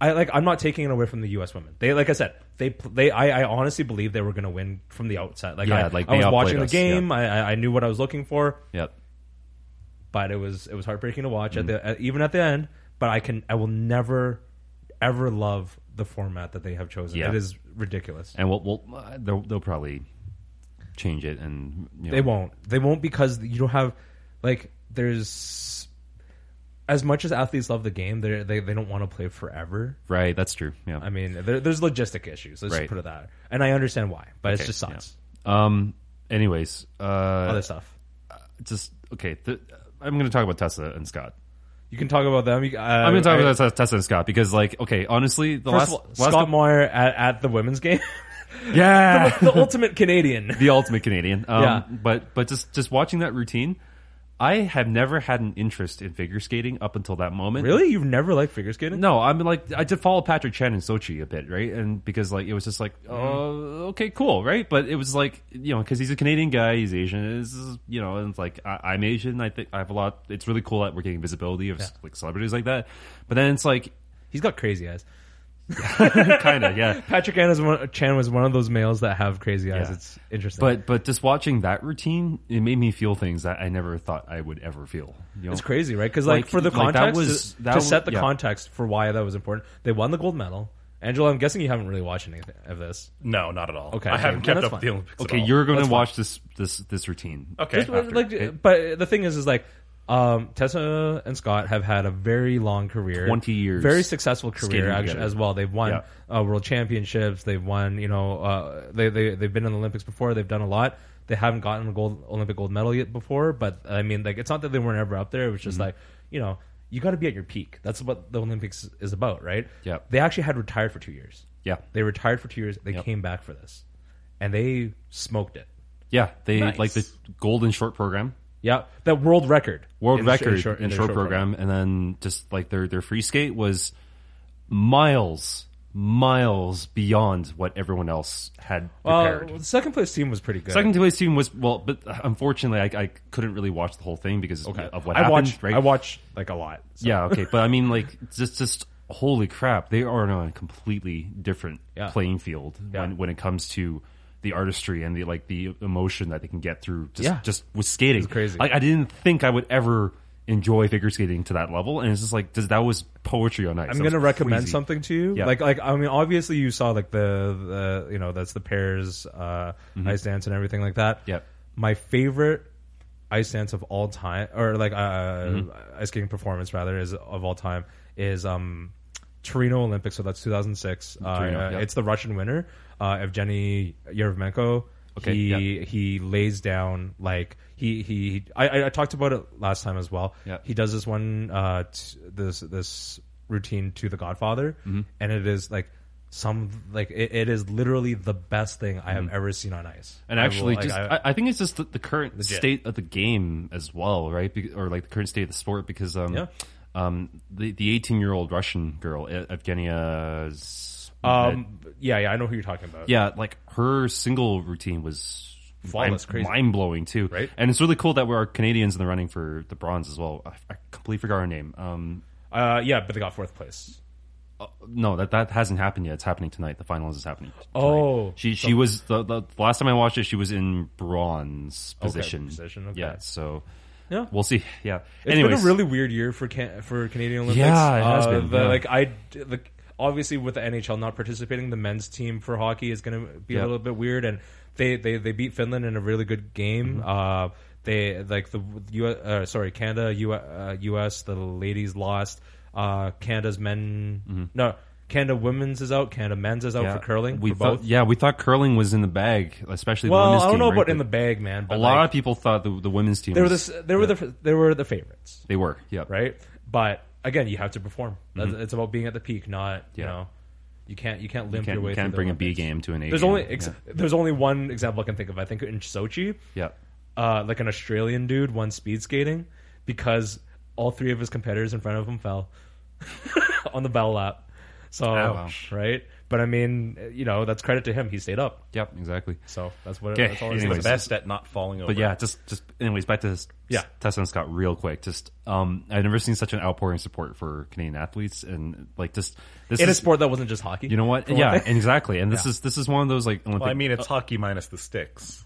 Speaker 3: I like I'm not taking it away from the U.S. women. They like I said they pl- they I, I honestly believe they were going to win from the outset. Like
Speaker 2: Yeah,
Speaker 3: I,
Speaker 2: like,
Speaker 3: I
Speaker 2: they
Speaker 3: was
Speaker 2: outplayed
Speaker 3: watching the
Speaker 2: us,
Speaker 3: game. I I I knew what I was looking for,
Speaker 2: yep.
Speaker 3: but it was it was heartbreaking to watch at
Speaker 2: Mm.
Speaker 3: the at, even at the end. But I can I will never ever love the format that they have chosen.
Speaker 2: Yeah.
Speaker 3: It is ridiculous.
Speaker 2: And we'll, we'll uh, they'll, they'll probably change it, and you know,
Speaker 3: They won't. They won't because you don't have like there's as much as athletes love the game, they they they don't want to play forever.
Speaker 2: Right, that's true. Yeah.
Speaker 3: I mean, there, there's logistic issues. Let's just
Speaker 2: Right.
Speaker 3: put it that. way. And I understand why, but it's
Speaker 2: Okay,
Speaker 3: it just sucks.
Speaker 2: um. Anyways, uh,
Speaker 3: Other stuff.
Speaker 2: just okay. Th- I'm going to talk about Tessa and Scott.
Speaker 3: You can talk about them. You, uh,
Speaker 2: I'm going to talk
Speaker 3: I-
Speaker 2: about Tessa- Tessa and Scott because, like, okay, honestly, the
Speaker 3: First
Speaker 2: last,
Speaker 3: of all,
Speaker 2: last
Speaker 3: Scott Moyer at, at the women's game.
Speaker 2: yeah,
Speaker 3: the ultimate Canadian.
Speaker 2: the ultimate Canadian. Um,
Speaker 3: Yeah.
Speaker 2: But but just just watching that routine, I have never had an interest in figure skating up until that moment.
Speaker 3: Really? You've never liked figure skating?
Speaker 2: No, I'm like I did follow Patrick Chen in Sochi a bit, right? And because like it was just like,
Speaker 3: Mm-hmm.
Speaker 2: oh, okay, cool, right? But it was like you know because he's a Canadian guy, he's Asian, it's, you know, and it's like I, I'm Asian. I think I have a lot. It's really cool that we're getting visibility of like celebrities like that. But then it's like
Speaker 3: He's got crazy eyes.
Speaker 2: kind of yeah.
Speaker 3: Patrick Ann is one, Chan was one of those males that have crazy eyes.
Speaker 2: Yeah.
Speaker 3: It's interesting.
Speaker 2: But but just watching that routine, it made me feel things that I never thought I would ever feel. You know?
Speaker 3: It's crazy, right? Because like,
Speaker 2: Like-
Speaker 3: for the
Speaker 2: like, that
Speaker 3: context,
Speaker 2: was-
Speaker 3: to,
Speaker 2: that
Speaker 3: to
Speaker 2: was-
Speaker 3: set the
Speaker 2: yeah.
Speaker 3: context for why that was important, they won the gold medal. Angela, I'm guessing you haven't really watched anything of this.
Speaker 1: No, not at all.
Speaker 3: Okay,
Speaker 1: I
Speaker 3: okay,
Speaker 1: haven't
Speaker 3: no,
Speaker 1: kept
Speaker 3: that's
Speaker 1: up
Speaker 3: fine.
Speaker 1: with the Olympics. at
Speaker 2: Okay,
Speaker 1: all.
Speaker 2: you're gonna watch this this this routine.
Speaker 1: okay.
Speaker 3: Just,
Speaker 1: after.
Speaker 3: like, uh, but the thing is, is like um, Tessa and Scott have had a very long career,
Speaker 2: 20 years
Speaker 3: very successful career
Speaker 2: skating
Speaker 3: actually,
Speaker 2: together.
Speaker 3: as well. They've won
Speaker 2: Yeah.
Speaker 3: uh, world championships. They've won, you know, uh, they they they've been in the Olympics before. They've done a lot. They haven't gotten a gold Olympic gold medal yet before, but I mean, like it's not that they weren't ever up there. It was just
Speaker 2: Mm-hmm.
Speaker 3: like you know, you got to be at your peak. That's what the Olympics is about, right?
Speaker 2: Yeah.
Speaker 3: They actually had retired for two years.
Speaker 2: Yeah.
Speaker 3: They retired for two years. They came back for this, and they smoked it.
Speaker 2: Yeah, they
Speaker 3: Nice.
Speaker 2: like the golden short program,
Speaker 3: Yeah, that world record,
Speaker 2: world
Speaker 3: In the sh-
Speaker 2: record
Speaker 3: the short-
Speaker 2: in,
Speaker 3: the
Speaker 2: short, program, and then just like their their free skate was miles miles beyond what everyone else had
Speaker 3: Uh, Well,
Speaker 2: prepared.
Speaker 3: the second place team was pretty good.
Speaker 2: Second place team was well, but unfortunately, I, I couldn't really watch the whole thing because of what
Speaker 3: I
Speaker 2: happened.
Speaker 3: watched,
Speaker 2: right?
Speaker 3: I watched like a lot. So,
Speaker 2: Yeah, okay, but I mean, like, just just holy crap, they are on a completely different
Speaker 3: Yeah.
Speaker 2: playing field when when it comes to the artistry and the like the emotion that they can get through just
Speaker 3: Yeah.
Speaker 2: just with skating.
Speaker 3: crazy.
Speaker 2: Like, I didn't think I would ever enjoy figure skating to that level, and it's just like, does that was poetry on ice.
Speaker 3: I'm
Speaker 2: That
Speaker 3: gonna
Speaker 2: was
Speaker 3: recommend
Speaker 2: crazy.
Speaker 3: something to you.
Speaker 2: Yeah.
Speaker 3: Like, like I mean, obviously you saw like the, the you know that's the pairs uh,
Speaker 2: Mm-hmm.
Speaker 3: ice dance and everything like that.
Speaker 2: Yep.
Speaker 3: My favorite ice dance of all time, or like uh,
Speaker 2: Mm-hmm.
Speaker 3: ice skating performance rather, is of all time is um, Torino Olympics. So that's 2006. Uh,
Speaker 2: Torino,
Speaker 3: uh,
Speaker 2: yep.
Speaker 3: It's the Russian winner, uh, Evgeny Yervmenko.
Speaker 2: Okay,
Speaker 3: he
Speaker 2: yeah.
Speaker 3: he lays down like he he I- I, I talked about it last time as well.
Speaker 2: Yeah.
Speaker 3: He does this one uh t- this this routine to the Godfather,
Speaker 2: Mm-hmm.
Speaker 3: and it is like some like it, it is literally the best thing I have ever seen on ice.
Speaker 2: Mm-hmm. And
Speaker 3: I will,
Speaker 2: actually,
Speaker 3: like,
Speaker 2: just
Speaker 3: I-
Speaker 2: I, I think it's just the, the current state of the game as well, right? Be- or like the current state of the sport because um,
Speaker 3: Yeah.
Speaker 2: um, the the eighteen year old Russian girl E- Evgenia, Z-
Speaker 3: um yeah yeah I know who you're talking about.
Speaker 2: yeah, like her single routine was
Speaker 3: Flawless, crazy.
Speaker 2: mind blowing too,
Speaker 3: Right?
Speaker 2: And it's really cool that we are Canadians in the running for the bronze as well. I, I completely forgot her name. Um,
Speaker 3: Uh, yeah, but they got fourth place.
Speaker 2: no, that that hasn't happened yet. It's happening tonight. The finals is happening. Tonight.
Speaker 3: Oh.
Speaker 2: she she was the, the the last time I watched it. She was in bronze position.
Speaker 3: position, okay.
Speaker 2: Yeah, so
Speaker 3: Yeah.
Speaker 2: we'll see. Yeah.
Speaker 3: It's
Speaker 2: Anyways,
Speaker 3: been a really weird year for can- for Canadian Olympics.
Speaker 2: Yeah, it has
Speaker 3: Uh,
Speaker 2: been,
Speaker 3: the-
Speaker 2: yeah.
Speaker 3: Like I, d- the, obviously with the NHL not participating, the men's team for hockey is going to be
Speaker 2: Yeah.
Speaker 3: a little bit weird, and they, they, they beat Finland in a really good game.
Speaker 2: Mm-hmm.
Speaker 3: Uh, they like the U. Uh, sorry,
Speaker 2: Mm-hmm.
Speaker 3: Canada, U. Uh, U.S. The ladies lost. Uh, Canada's men. No, Canada women's is out. Canada men's is out for curling.
Speaker 2: We
Speaker 3: for
Speaker 2: thought,
Speaker 3: both.
Speaker 2: yeah, we thought curling was in the bag, especially the
Speaker 3: well,
Speaker 2: women's
Speaker 3: I don't
Speaker 2: team,
Speaker 3: know
Speaker 2: right?
Speaker 3: about in the
Speaker 2: But
Speaker 3: bag, man.
Speaker 2: A
Speaker 3: But like,
Speaker 2: lot of people thought the, the women's team.
Speaker 3: they were
Speaker 2: was-
Speaker 3: the they were the they were the favorites,
Speaker 2: They were, yeah.
Speaker 3: right? But again, you have to perform. That's
Speaker 2: Mm-hmm.
Speaker 3: It's about being at the peak, not you know. You can't you can't limp
Speaker 2: Can't,
Speaker 3: your way.
Speaker 2: you
Speaker 3: through
Speaker 2: can't
Speaker 3: the
Speaker 2: bring a B
Speaker 3: Olympics.
Speaker 2: game to an A.
Speaker 3: There's
Speaker 2: game.
Speaker 3: only ex- there's only one example I can think of. I think in Sochi,
Speaker 2: yeah.
Speaker 3: uh, like an Australian dude won speed skating because all three of his competitors in front of him fell on the bell lap. So
Speaker 2: Oh, Ouch.
Speaker 3: right, but I mean, you know, that's credit to him. He stayed up.
Speaker 2: yeah, yep, exactly.
Speaker 3: So that's what.
Speaker 2: Okay,
Speaker 3: That's all I
Speaker 1: He's
Speaker 3: think.
Speaker 2: anyways.
Speaker 1: the best at not falling over.
Speaker 2: But yeah, just just anyways, back to this,
Speaker 3: Yeah.
Speaker 2: Tessa and Scott real quick. Just um, I've never seen such an outpouring of support for Canadian athletes, and like just this
Speaker 3: In a
Speaker 2: is
Speaker 3: sport that wasn't just hockey.
Speaker 2: you know what? Yeah, and exactly. And this is this is one of those like Olympic.
Speaker 1: Well, I mean, it's hockey minus the sticks.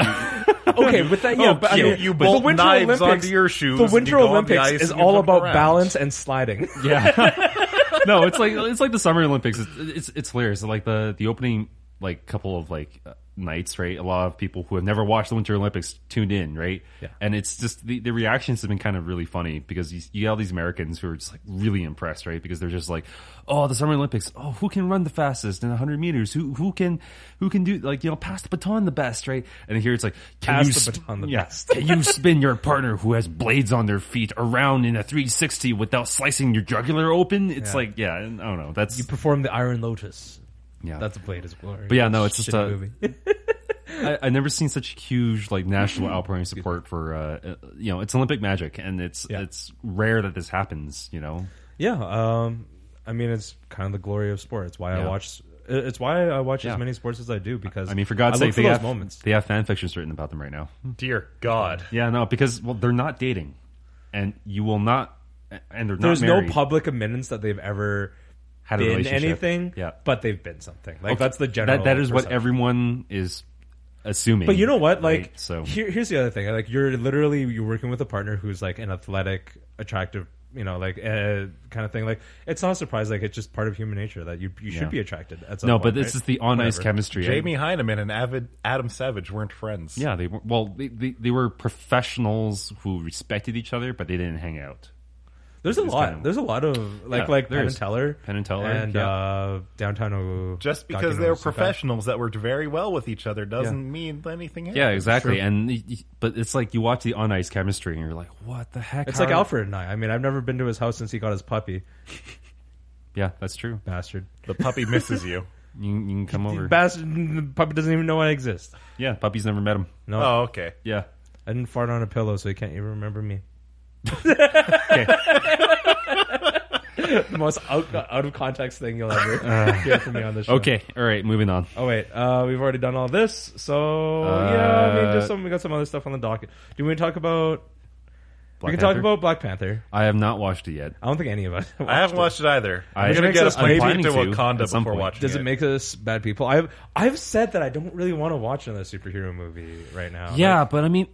Speaker 3: okay, with that, yeah, but I
Speaker 1: Oh, you-
Speaker 3: mean,
Speaker 1: you
Speaker 3: the
Speaker 1: bolt
Speaker 3: Winter
Speaker 1: knives
Speaker 3: Olympics,
Speaker 1: onto your shoes
Speaker 3: The
Speaker 1: and
Speaker 3: Winter
Speaker 1: you go on the
Speaker 3: Olympics
Speaker 1: ice
Speaker 3: is
Speaker 1: and you
Speaker 3: all
Speaker 1: jump
Speaker 3: about
Speaker 1: around.
Speaker 3: balance and sliding.
Speaker 2: Yeah. no, it's like it's like the Summer Olympics. It's it's, it's hilarious. Like the the opening like couple of like uh, nights, right? A lot of people who have never watched the Winter Olympics tuned in, right? Yeah. And it's just the, the reactions have been kind of really funny because you, you get all these Americans who are just like really impressed, right? Because they're just like, oh, the Summer Olympics. Oh, who can run the fastest in 100 meters? Who who can who can do like you know pass the baton the best, right? And here it's like, can
Speaker 3: Pass
Speaker 2: you
Speaker 3: the
Speaker 2: st-
Speaker 3: baton the
Speaker 2: yeah,
Speaker 3: best.
Speaker 2: can you spin your partner who has blades on their feet around in a 360 without slicing your jugular open? It's like, yeah, I don't know. That's
Speaker 3: You perform the Iron Lotus.
Speaker 2: yeah.
Speaker 3: That's a blade as glory.
Speaker 2: but yeah, no, it's just
Speaker 3: Shitty
Speaker 2: a.
Speaker 3: movie.
Speaker 2: I, I never seen such huge like national outpouring of support for uh, uh, you know it's Olympic magic and it's
Speaker 3: Yeah.
Speaker 2: it's rare that this happens. You know,
Speaker 3: Yeah, um, I mean, it's kind of the glory of sport. It's why I
Speaker 2: Yeah.
Speaker 3: watch. it- It's why I watch
Speaker 2: Yeah.
Speaker 3: as many sports as I do because
Speaker 2: I mean, for God's
Speaker 3: look
Speaker 2: sake,
Speaker 3: for
Speaker 2: they
Speaker 3: those
Speaker 2: have
Speaker 3: moments.
Speaker 2: they have fan fictions written about them right now.
Speaker 1: Dear God.
Speaker 2: Yeah, no, because well, they're not dating, and you will not, and they're not.
Speaker 3: There's no
Speaker 2: married.
Speaker 3: public admittance that they've ever
Speaker 2: Had a
Speaker 3: been
Speaker 2: relationship.
Speaker 3: anything.
Speaker 2: Yeah.
Speaker 3: but they've been something. Like
Speaker 2: Okay,
Speaker 3: that's the general.
Speaker 2: That, that is what
Speaker 3: perception.
Speaker 2: everyone is assuming.
Speaker 3: But you know what? Like,
Speaker 2: right? so
Speaker 3: here, here's the other thing. Like, you're literally you're working with a partner who's like an athletic, attractive, you know, like uh, kind of thing. Like, it's not a surprise. Like, it's just part of human nature that you you should
Speaker 2: Yeah.
Speaker 3: be attracted. At some
Speaker 2: no,
Speaker 3: point,
Speaker 2: but this
Speaker 3: right?
Speaker 2: is the on ice
Speaker 3: Whatever.
Speaker 2: chemistry.
Speaker 1: Jamie Heineman and Avid Adam Savage weren't friends.
Speaker 2: yeah, they were, well, they, they they were professionals who respected each other, but they didn't hang out.
Speaker 3: There's a
Speaker 2: It's
Speaker 3: lot.
Speaker 2: kind of-
Speaker 3: There's a lot of like
Speaker 2: Yeah,
Speaker 3: like Penn
Speaker 2: there's
Speaker 3: and Teller,
Speaker 2: Penn and Teller,
Speaker 3: and
Speaker 2: yeah.
Speaker 3: uh, downtown. O-
Speaker 1: Just because
Speaker 3: Gakuen
Speaker 1: they were
Speaker 3: Osaka.
Speaker 1: professionals that worked very well with each other doesn't mean anything else.
Speaker 2: Yeah, exactly. And y- y- but it's like you watch the on ice chemistry, and you're like, what the heck?
Speaker 3: It's
Speaker 2: How
Speaker 3: like
Speaker 2: are-
Speaker 3: Alfred and I. I mean, I've never been to his house since he got his puppy,
Speaker 2: Yeah, that's true.
Speaker 3: bastard.
Speaker 1: The puppy misses you.
Speaker 2: You, you can come over.
Speaker 3: Bastard. The puppy doesn't even know I exist.
Speaker 2: yeah, puppies never met him.
Speaker 3: No,
Speaker 1: Oh, okay.
Speaker 2: Yeah.
Speaker 3: I didn't fart on a pillow, so he can't even remember me. the most out, out of context thing you'll ever hear from me on this show.
Speaker 2: Uh, Okay. All right. Moving on.
Speaker 3: Oh wait, uh, we've already done all this, so yeah, I mean,
Speaker 2: Uh,
Speaker 3: just some we got some other stuff on the docket. Do we talk about?
Speaker 2: Black
Speaker 3: we can
Speaker 2: Panther?
Speaker 3: talk about Black Panther.
Speaker 2: I have not watched it yet.
Speaker 3: I don't think any of us.
Speaker 1: I haven't watched it either.
Speaker 2: I-
Speaker 1: I'm gonna
Speaker 3: It
Speaker 1: get
Speaker 3: makes
Speaker 1: us
Speaker 3: us- I'm
Speaker 1: maybe
Speaker 2: planning
Speaker 1: into
Speaker 2: to
Speaker 1: Wakanda
Speaker 2: at some
Speaker 1: before
Speaker 2: point.
Speaker 1: watching
Speaker 3: Does
Speaker 1: it.
Speaker 3: it make us bad people? I've I've said that I don't really want to watch another superhero movie right now.
Speaker 2: Yeah,
Speaker 3: Like,
Speaker 2: but I mean,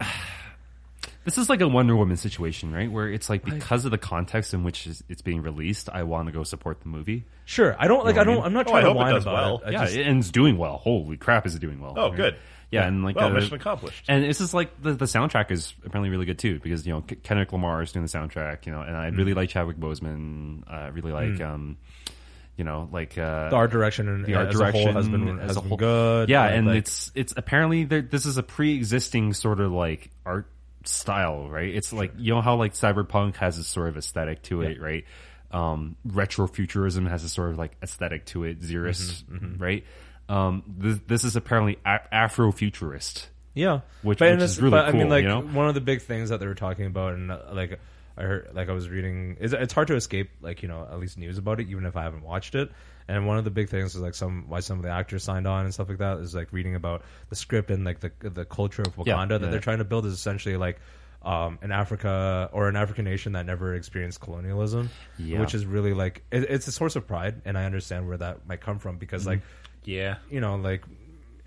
Speaker 2: this is like a Wonder Woman situation, right? Where it's like because of the context in which is- it's being released, I want to go support the movie.
Speaker 3: sure. I don't like.
Speaker 2: know what I
Speaker 3: I don't.
Speaker 2: mean?
Speaker 3: I'm not
Speaker 1: Oh, I
Speaker 3: trying to
Speaker 1: hope it
Speaker 3: whine
Speaker 1: does
Speaker 3: about
Speaker 1: well.
Speaker 3: it. I
Speaker 2: yeah,
Speaker 3: just-
Speaker 2: and it's doing well. Holy crap, is it doing well?
Speaker 1: Oh, good.
Speaker 2: Yeah, and like
Speaker 1: Well,
Speaker 2: the,
Speaker 1: mission accomplished.
Speaker 2: And it's just like the, the soundtrack is apparently really good too because you know K- Kendrick Lamar is doing the soundtrack, you know, and I
Speaker 1: Mm.
Speaker 2: really like Chadwick Boseman. I really like, um, you know, like uh,
Speaker 3: the art direction and
Speaker 2: the art
Speaker 3: as
Speaker 2: direction
Speaker 3: a whole has been,
Speaker 2: as
Speaker 3: has
Speaker 2: a
Speaker 3: been
Speaker 2: whole.
Speaker 3: good.
Speaker 2: Yeah,
Speaker 3: Uh,
Speaker 2: and
Speaker 3: like,
Speaker 2: it's it's apparently there, this is a pre-existing sort of like art style, right? It's like you know how like cyberpunk has a sort of aesthetic to it, right? Um, retrofuturism has a sort of like aesthetic to it, zeroist,
Speaker 3: Mm-hmm,
Speaker 2: right? Um, this, this is apparently a- Afrofuturist.
Speaker 3: yeah,
Speaker 2: which-
Speaker 3: but,
Speaker 2: which
Speaker 3: and
Speaker 2: is
Speaker 3: it's-
Speaker 2: really
Speaker 3: but, I
Speaker 2: cool,
Speaker 3: mean, like
Speaker 2: you know?
Speaker 3: one of the big things that they were talking about, and uh, like I heard, like I was reading, is it's hard to escape, like you know, at least news about it, even if I haven't watched it. And one of the big things is like some why some of the actors signed on and stuff like that is like reading about the script and like the the culture of Wakanda
Speaker 2: Yeah,
Speaker 3: that
Speaker 2: yeah.
Speaker 3: they're trying to build is essentially like. Um, an Africa or an African nation that never experienced colonialism,
Speaker 2: Yeah.
Speaker 3: which is really like it, it's a source of pride, and I understand where that might come from
Speaker 2: Mm-hmm.
Speaker 3: because like
Speaker 1: Yeah.
Speaker 3: you know, like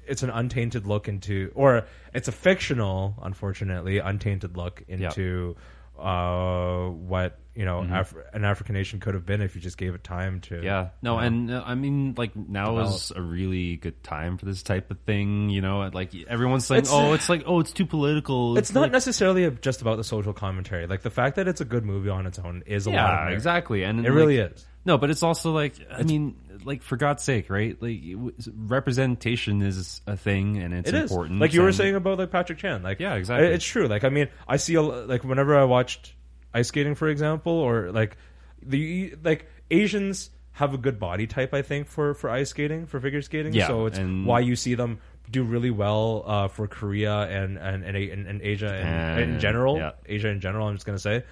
Speaker 3: it's an untainted look into, or it's a fictional, unfortunately, untainted look into uh, what you know Af- an African nation could have been if you just gave it time to.
Speaker 2: Mm-hmm. Yeah. No, and uh, I mean, like now is a really good time for this type of thing. You know, like everyone's saying,
Speaker 3: It's-
Speaker 2: "Oh, it's like, oh, it's too political."
Speaker 3: It's not necessarily just about the social commentary. Like the fact that it's a good movie on its own is a lot. Of
Speaker 2: yeah,
Speaker 3: merit.
Speaker 2: exactly. And
Speaker 3: It really
Speaker 2: like,
Speaker 3: is.
Speaker 2: No, but it's also like, I mean, like for God's sake, right? Like it w- representation is a thing, and it's
Speaker 3: It is
Speaker 2: important.
Speaker 3: Like you were
Speaker 2: and-
Speaker 3: saying about like Patrick Chan. Like
Speaker 2: Yeah, exactly.
Speaker 3: it- It's true. Like I mean, I see a, l- like whenever I watched ice skating, for example, or like the like Asians have a good body type. I think for for ice skating for figure skating.
Speaker 2: Yeah,
Speaker 3: so it's
Speaker 2: and-
Speaker 3: why you see them do really well uh, for Korea and and and, A- and, and Asia and, in
Speaker 2: And-
Speaker 3: general.
Speaker 2: yeah.
Speaker 3: Asia in general. I'm just gonna say.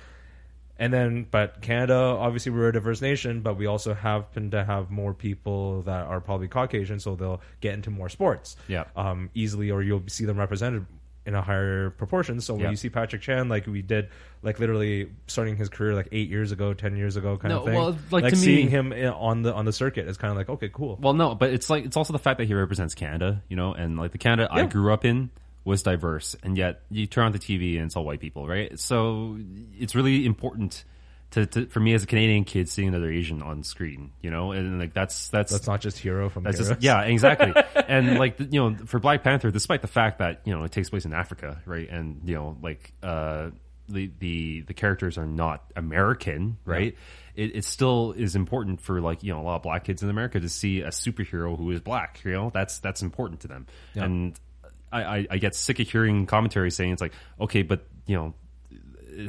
Speaker 3: And then, but Canada, obviously, we're a diverse nation, but we also happen to have more people that are probably Caucasian, so they'll get into more sports
Speaker 2: Yeah.
Speaker 3: um, easily, or you'll see them represented in a higher proportion. So when
Speaker 2: Yeah.
Speaker 3: you see Patrick Chan, like we did, like literally starting his career like eight years ago, ten years ago, kind of
Speaker 2: No,
Speaker 3: thing.
Speaker 2: well, like, to me-
Speaker 3: seeing him in, on the on the circuit is kind of like okay, cool.
Speaker 2: Well, no, but it's like it's also the fact that he represents Canada, you know, and like the Canada I
Speaker 3: Yeah.
Speaker 2: grew up in was diverse, and yet you turn on the TV and it's all white people, right? So it's really important to, to for me as a Canadian kid seeing another Asian on screen, you know, and like that's that's
Speaker 3: That's not just hero from
Speaker 2: that's
Speaker 3: Heroes.
Speaker 2: just yeah, exactly. and like the- you know, for Black Panther, despite the fact that you know it takes place in Africa, right, and you know, like uh, the the the characters are not American, right. It, it still is important for like you know a lot of black kids in America to see a superhero who is black. You know that's that's important to them, and I, I, I get sick of hearing commentary saying it's like okay, but you know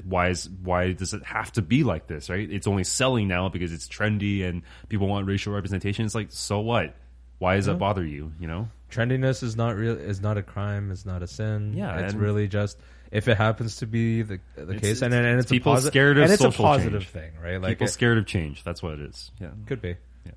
Speaker 2: why is why does it have to be like this right it's only selling now because it's trendy and people want racial representation it's like so what why does
Speaker 3: Mm-hmm.
Speaker 2: that bother you you know
Speaker 3: Trendiness is not real. Is not a crime. Is not a sin.
Speaker 2: Yeah,
Speaker 3: it's
Speaker 2: and-
Speaker 3: really just if it happens to be the the case, and, and
Speaker 2: it's-
Speaker 3: it's, a
Speaker 2: people
Speaker 3: posi-
Speaker 2: scared of
Speaker 3: and it's
Speaker 2: social
Speaker 3: a positive
Speaker 2: change.
Speaker 3: thing, right? Like
Speaker 2: people
Speaker 3: it-
Speaker 2: scared of change that's what it is yeah
Speaker 3: Could be.
Speaker 2: Yeah.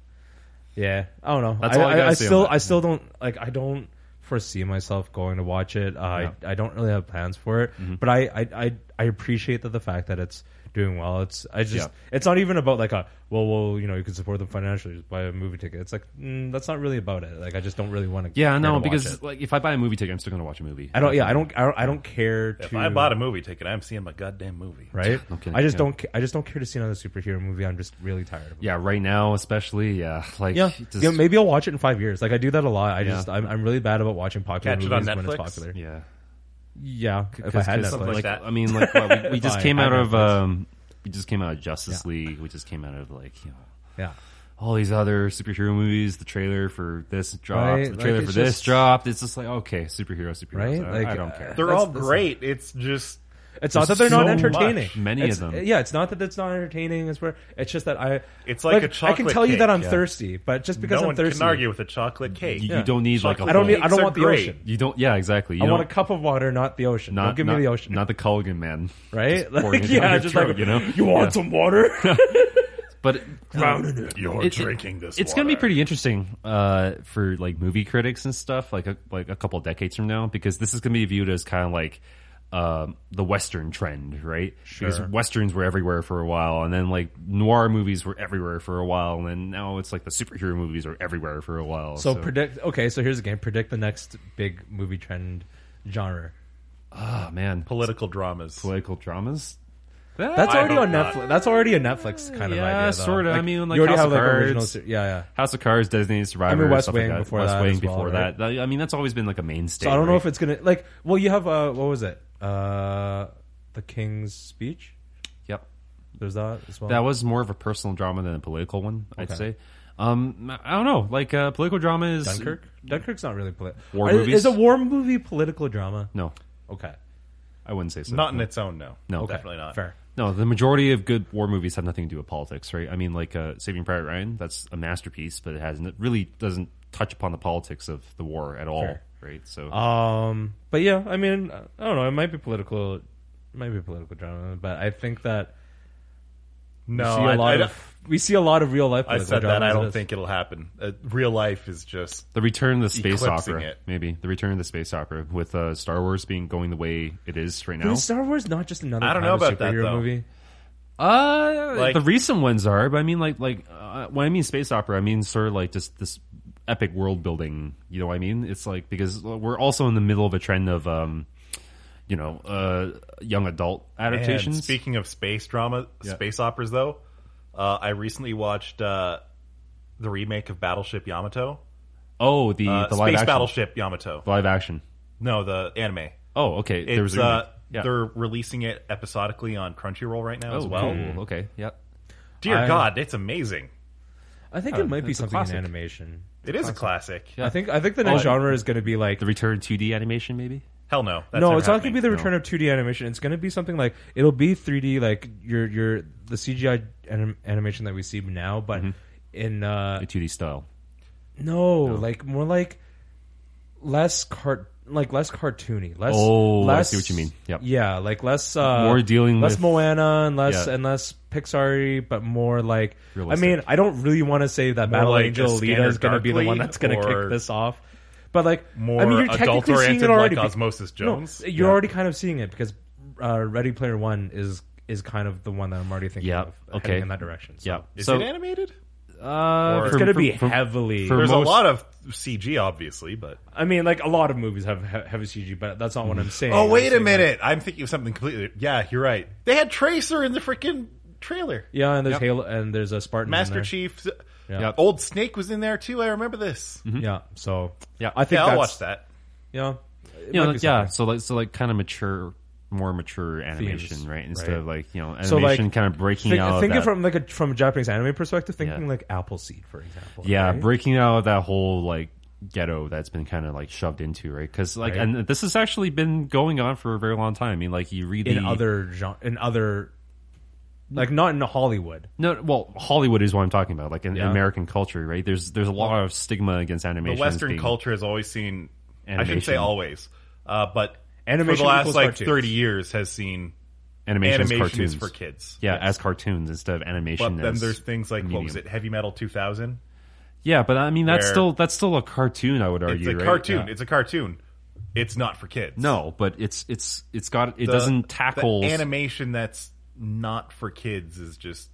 Speaker 3: Yeah. I don't know.
Speaker 2: That's
Speaker 3: I,
Speaker 2: all I gotta
Speaker 3: I
Speaker 2: say on
Speaker 3: still
Speaker 2: that.
Speaker 3: I still don't like I don't foresee myself going to watch it. Uh, I I don't really have plans for it.
Speaker 2: Mm-hmm.
Speaker 3: But I, I I I appreciate that the fact that it's doing well. It's I just
Speaker 2: Yeah.
Speaker 3: it's not even about like a well well you know you can support them financially just buy a movie ticket. It's like mm, that's not really about it. Like I just don't really want to.
Speaker 2: yeah no because like if i buy a movie ticket i'm still gonna watch a movie
Speaker 3: I don't. Yeah, I don't. I don't, I don't care.
Speaker 1: If
Speaker 3: to,
Speaker 1: I bought a movie ticket, I'm seeing my goddamn movie.
Speaker 3: right,
Speaker 2: Okay,
Speaker 3: I just
Speaker 2: yeah.
Speaker 3: don't. ca- I just don't care to see another superhero movie. I'm just really tired of it.
Speaker 2: yeah right now especially yeah like
Speaker 3: Yeah.
Speaker 2: just-
Speaker 3: yeah, maybe I'll watch it in five years. Like I do that a lot. I
Speaker 2: Yeah.
Speaker 3: just I'm, I'm really bad about watching popular
Speaker 1: Catch it on
Speaker 3: movies when it's
Speaker 1: Netflix?
Speaker 3: popular.
Speaker 2: yeah
Speaker 3: Yeah, if I
Speaker 2: 'Cause-
Speaker 3: had
Speaker 2: 'cause,
Speaker 3: Netflix,
Speaker 1: something
Speaker 2: like,
Speaker 1: like that.
Speaker 2: I mean, like what, we, we just
Speaker 3: Fine,
Speaker 2: came
Speaker 3: I
Speaker 2: out
Speaker 3: have
Speaker 2: of
Speaker 3: Netflix.
Speaker 2: um, we just came out of Justice League. We just came out of like you know
Speaker 3: yeah,
Speaker 2: all these other superhero movies. The trailer for this dropped.
Speaker 3: Right,
Speaker 2: The
Speaker 3: like,
Speaker 2: trailer
Speaker 3: it's
Speaker 2: for this
Speaker 3: just-
Speaker 2: dropped. It's just like okay, superhero, superheroes.
Speaker 3: Right?
Speaker 2: I,
Speaker 3: Like,
Speaker 2: I don't
Speaker 3: uh,
Speaker 2: care.
Speaker 1: They're
Speaker 3: That's-
Speaker 1: all
Speaker 3: that's-
Speaker 1: great. It's just
Speaker 3: it's not that
Speaker 1: There's
Speaker 3: they're not
Speaker 1: so
Speaker 3: entertaining.
Speaker 1: much.
Speaker 2: Many
Speaker 3: It's-
Speaker 2: of them.
Speaker 3: Yeah, it's not that it's not entertaining. It's where it's just that I.
Speaker 1: It's like a
Speaker 3: I can
Speaker 1: chocolate
Speaker 3: tell you that
Speaker 1: cake,
Speaker 3: I'm
Speaker 1: yeah.
Speaker 3: thirsty, but just because
Speaker 1: no
Speaker 3: I'm
Speaker 1: one
Speaker 3: thirsty,
Speaker 1: can argue with a chocolate cake.
Speaker 2: You, you don't need like a.
Speaker 1: Chocolate
Speaker 3: I don't need. I
Speaker 1: Cakes
Speaker 3: don't
Speaker 1: are
Speaker 3: want the
Speaker 1: great.
Speaker 3: ocean.
Speaker 2: You don't. Yeah, exactly. You
Speaker 3: I
Speaker 2: don't,
Speaker 3: want a cup of water, not the ocean.
Speaker 2: Not,
Speaker 3: don't give
Speaker 2: not,
Speaker 3: me the ocean,
Speaker 2: Not the Culligan man.
Speaker 3: right?
Speaker 2: Just pouring it down
Speaker 3: yeah,
Speaker 2: your
Speaker 3: just
Speaker 2: throat,
Speaker 3: like
Speaker 2: you know.
Speaker 3: You want some water?
Speaker 2: But
Speaker 6: You're
Speaker 2: It- it-
Speaker 6: drinking this.
Speaker 2: it's going to be
Speaker 6: water.
Speaker 2: pretty interesting uh, for like movie critics and stuff like a, like a couple decades from now because this is going to be viewed as kind of like um the western trend right because westerns were everywhere for a while and then like noir movies were everywhere for a while and then now it's like the superhero movies are everywhere for a while
Speaker 3: so predict. Okay, so here's the game. Predict the next big movie trend genre.
Speaker 2: oh man
Speaker 1: Political dramas.
Speaker 2: political dramas Ah,
Speaker 3: That's already
Speaker 1: hope
Speaker 3: on
Speaker 1: not.
Speaker 3: Netflix. That's already a Netflix kind of
Speaker 2: yeah,
Speaker 3: idea. though.
Speaker 2: sorta. I mean, like,
Speaker 3: you already
Speaker 2: House
Speaker 3: have
Speaker 2: of
Speaker 3: like original.
Speaker 2: Cards.
Speaker 3: Ser- yeah, yeah.
Speaker 2: House of Cards, Designated Survivor,
Speaker 3: West
Speaker 2: stuff like
Speaker 3: Wing
Speaker 2: that.
Speaker 3: before
Speaker 2: West
Speaker 3: that
Speaker 2: Wing
Speaker 3: as well,
Speaker 2: before
Speaker 3: right?
Speaker 2: that. I mean, that's always been like a mainstay.
Speaker 3: So I don't know
Speaker 2: right?
Speaker 3: if it's gonna like. Well, you have uh, what was it? Uh, the King's Speech.
Speaker 2: Yep.
Speaker 3: There's that as well.
Speaker 2: that was more of a personal drama than a political one, I'd
Speaker 3: Okay.
Speaker 2: say. Um, I don't know. Like uh, political drama is
Speaker 3: Dunkirk. Dunkirk's not really political.
Speaker 2: War
Speaker 3: is,
Speaker 2: movies?
Speaker 3: is a war movie political drama?
Speaker 2: No,
Speaker 3: Okay,
Speaker 2: I wouldn't say so.
Speaker 1: Not in its own, no.
Speaker 2: No. Okay.
Speaker 1: definitely not.
Speaker 3: fair.
Speaker 2: no. The majority of good war movies have nothing to do with politics, right? I mean, like uh, Saving Private Ryan, that's a masterpiece, but it hasn't it really doesn't touch upon the politics of the war at all, right?
Speaker 3: Fair.
Speaker 2: So
Speaker 3: Um, but yeah, I mean, I don't know. It might be political. It might be political drama, but I think that we
Speaker 1: No,
Speaker 3: see a
Speaker 1: Oh, I,
Speaker 3: lot
Speaker 1: I,
Speaker 3: of we see a lot of real life.
Speaker 1: I
Speaker 3: political
Speaker 1: said that. I
Speaker 3: dramas
Speaker 1: don't
Speaker 3: as-
Speaker 1: think it'll happen. Uh, real life is just
Speaker 2: the Return of the Space
Speaker 1: Eclipsing
Speaker 2: Opera,
Speaker 1: it.
Speaker 2: maybe the Return of the Space Opera with uh, Star Wars being going the way it is right
Speaker 3: But
Speaker 2: now.
Speaker 3: is Star Wars not just another.
Speaker 1: I don't
Speaker 3: kind
Speaker 1: know
Speaker 3: of
Speaker 1: about that,
Speaker 3: superhero
Speaker 1: though.
Speaker 3: Movie.
Speaker 2: Uh,
Speaker 1: Like-
Speaker 2: the recent ones are, but I mean, like, like uh, when I mean space opera, I mean sort of like just this epic world building. You know what I mean? It's like because we're also in the middle of a trend of um, you know, uh, young adult
Speaker 1: And
Speaker 2: adaptations.
Speaker 1: speaking of space drama, space operas, though, uh, I recently watched uh, the remake of Battleship Yamato.
Speaker 2: oh, the, the
Speaker 1: Uh, space
Speaker 2: live action.
Speaker 1: Battleship Yamato.
Speaker 2: Live action.
Speaker 1: No, the anime.
Speaker 2: Oh, okay.
Speaker 1: It's,
Speaker 2: there was a
Speaker 1: uh,
Speaker 2: remake. yeah.
Speaker 1: They're releasing it episodically on Crunchyroll right now
Speaker 2: oh,
Speaker 1: as well.
Speaker 2: cool. Okay. Yeah.
Speaker 1: Dear
Speaker 3: I-
Speaker 1: God, it's amazing.
Speaker 3: I think
Speaker 2: Oh,
Speaker 3: it might be
Speaker 2: that's a
Speaker 3: something in
Speaker 2: classic.
Speaker 3: animation.
Speaker 1: It is a classic.
Speaker 2: Yeah.
Speaker 3: I think I think the
Speaker 1: Oh,
Speaker 3: next genre is going to be like
Speaker 2: The return 2D animation, maybe.
Speaker 1: Hell no. That's
Speaker 3: no,
Speaker 1: never
Speaker 3: it's not going to be
Speaker 1: happening.
Speaker 3: the return of 2D animation. It's going to be something like it'll be 3D, like your your the CGI anim- animation that we see now, but
Speaker 1: Mm-hmm.
Speaker 3: in uh,
Speaker 2: The 2D style.
Speaker 3: no, like more like less cart like less cartoony, less.
Speaker 2: Oh, I
Speaker 3: less,
Speaker 2: see what you mean. Yep.
Speaker 3: Yeah, like less uh,
Speaker 2: More dealing
Speaker 3: less
Speaker 2: with-
Speaker 3: Moana and less
Speaker 2: Yeah.
Speaker 3: and less Pixar, but more like.
Speaker 2: Realistic.
Speaker 3: I mean, I don't really want to say that Battle
Speaker 1: like
Speaker 3: Angel
Speaker 1: a
Speaker 3: Alita is
Speaker 1: Scanner
Speaker 3: going to be the one
Speaker 1: Darkly
Speaker 3: that's going to
Speaker 1: or-
Speaker 3: kick this off. But like,
Speaker 1: More
Speaker 3: I mean, you're technically seeing
Speaker 1: adult-oriented
Speaker 3: it already.
Speaker 1: like
Speaker 3: because-
Speaker 1: Osmosis
Speaker 3: no,
Speaker 1: Jones.
Speaker 3: you're already kind of seeing it because uh, Ready Player One is is kind of the one that I'm already thinking
Speaker 2: Yeah,
Speaker 3: of
Speaker 2: okay.
Speaker 3: heading in that direction. So.
Speaker 2: Yeah.
Speaker 1: Is
Speaker 2: so
Speaker 1: it animated?
Speaker 2: uh,
Speaker 1: Or-
Speaker 2: for-
Speaker 1: It's
Speaker 3: It's going to
Speaker 2: for-
Speaker 3: be
Speaker 2: for-
Speaker 3: heavily.
Speaker 2: for-
Speaker 1: There's
Speaker 2: most-
Speaker 1: a lot of CG, obviously, but
Speaker 3: I mean, like a lot of movies have he- heavy CG, but that's not what I'm saying.
Speaker 1: oh
Speaker 3: I'm
Speaker 1: wait a
Speaker 3: saying,
Speaker 1: minute, I'm thinking of something completely. Yeah, you're right. They had Tracer in the freaking trailer.
Speaker 3: like- yeah, and there's Halo, and there's a Spartan. in
Speaker 1: Master
Speaker 3: there.
Speaker 1: Chief,
Speaker 2: Yep.
Speaker 1: old Snake was in there too. I remember this.
Speaker 3: Yeah. So
Speaker 2: Yeah.
Speaker 3: I think
Speaker 1: Mm-hmm. Yeah,
Speaker 3: that's,
Speaker 1: I'll watch that.
Speaker 3: Yeah.
Speaker 2: you
Speaker 3: it
Speaker 2: know,
Speaker 3: might
Speaker 2: like,
Speaker 3: be
Speaker 2: yeah.
Speaker 3: something.
Speaker 2: So like, so like, kind of mature, more mature animation,
Speaker 3: Themes,
Speaker 2: right? Instead
Speaker 3: right.
Speaker 2: of like you know, animation
Speaker 3: So, like,
Speaker 2: kind of breaking
Speaker 3: Think,
Speaker 2: out.
Speaker 3: think
Speaker 2: of
Speaker 3: it
Speaker 2: that-
Speaker 3: from like a from a Japanese anime perspective. Thinking
Speaker 2: Yeah.
Speaker 3: like Appleseed, for example.
Speaker 2: yeah,
Speaker 3: right?
Speaker 2: breaking out of that whole like ghetto that's been kind of like shoved into, right? Because like,
Speaker 3: Right.
Speaker 2: and this has actually been going on for a very long time. I mean, like you read
Speaker 3: in
Speaker 2: the
Speaker 3: other genre, in other, like not in Hollywood.
Speaker 2: no, well, Hollywood is what I'm talking about, like in
Speaker 3: Yeah.
Speaker 2: American culture, right? There's there's a lot of stigma against
Speaker 1: The
Speaker 2: animation.
Speaker 1: Western
Speaker 2: being-
Speaker 1: culture has always seen. I shouldn't
Speaker 2: Animation.
Speaker 1: say always, uh, but for
Speaker 3: Animation
Speaker 1: the last
Speaker 3: equals
Speaker 1: like
Speaker 3: cartoons.
Speaker 1: 30 years has seen
Speaker 2: animation, as
Speaker 1: animation
Speaker 2: cartoons
Speaker 1: is for kids.
Speaker 2: Yeah, as cartoons instead of
Speaker 1: But
Speaker 2: animation.
Speaker 1: then
Speaker 2: as-
Speaker 1: there's things like what was
Speaker 2: medium.
Speaker 1: it, Heavy Metal 2000?
Speaker 2: yeah, but I mean that's
Speaker 1: where-
Speaker 2: still that's still a cartoon. I would argue
Speaker 1: It's a
Speaker 2: right?
Speaker 1: cartoon.
Speaker 2: Yeah.
Speaker 1: It's a cartoon. It's not for kids.
Speaker 2: No, but it's it's it's got it
Speaker 1: The-
Speaker 2: doesn't tackle
Speaker 1: the animation that's not for kids is just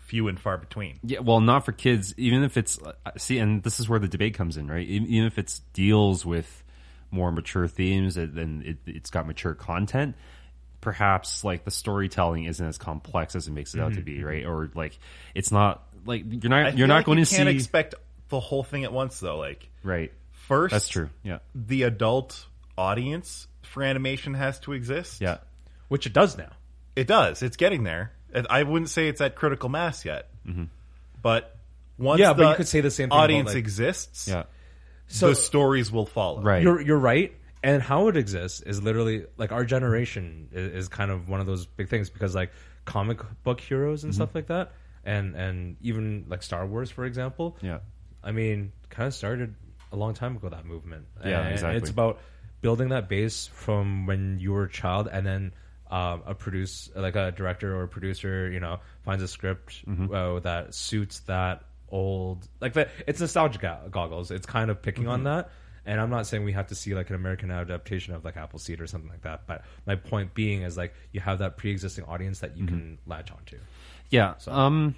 Speaker 1: few and far between.
Speaker 2: Yeah, well, not for kids. Even if it's uh, see, and this is where the debate comes in, right? Even even if it's deals with more mature themes, and then it, it's got mature content. Perhaps like the storytelling isn't as complex as it makes it out to be, right? Or like it's not like you're not
Speaker 1: Mm-hmm, I
Speaker 2: you're
Speaker 1: feel
Speaker 2: not
Speaker 1: like
Speaker 2: going
Speaker 1: you
Speaker 2: to
Speaker 1: can't
Speaker 2: see
Speaker 1: expect the whole thing at once though. Like
Speaker 2: right.
Speaker 1: first,
Speaker 2: That's true. Yeah,
Speaker 1: The adult audience for animation has to exist.
Speaker 2: yeah.
Speaker 3: which it does now.
Speaker 1: it does. It's getting there. And I wouldn't say it's at critical mass yet,
Speaker 2: Mm-hmm.
Speaker 1: but once
Speaker 3: Yeah, but
Speaker 1: the
Speaker 3: you could say the same thing about,
Speaker 1: audience
Speaker 3: like-
Speaker 1: exists,
Speaker 2: Yeah.
Speaker 3: So
Speaker 1: the stories will follow.
Speaker 2: Right.
Speaker 3: you're you're right. And how it exists is literally like our generation is, is kind of one of those big things because like comic book heroes
Speaker 2: Mm-hmm.
Speaker 3: and stuff like that, and and even like Star Wars for example.
Speaker 2: Yeah.
Speaker 3: I mean, kind of started a long time ago that movement.
Speaker 2: Yeah,
Speaker 3: And
Speaker 2: exactly.
Speaker 3: It's about building that base from when you were a child, and then um, a produce like a director or a producer, you know, finds a script
Speaker 2: Mm-hmm.
Speaker 3: uh, that suits that old like the, it's nostalgia go- goggles. It's kind of picking on
Speaker 2: Mm-hmm.
Speaker 3: that. And I'm not saying we have to see like an American adaptation of like Appleseed or something like that, but my point being is like you have that pre-existing audience that
Speaker 2: Mm-hmm.
Speaker 3: you can latch onto.
Speaker 2: Yeah. Um.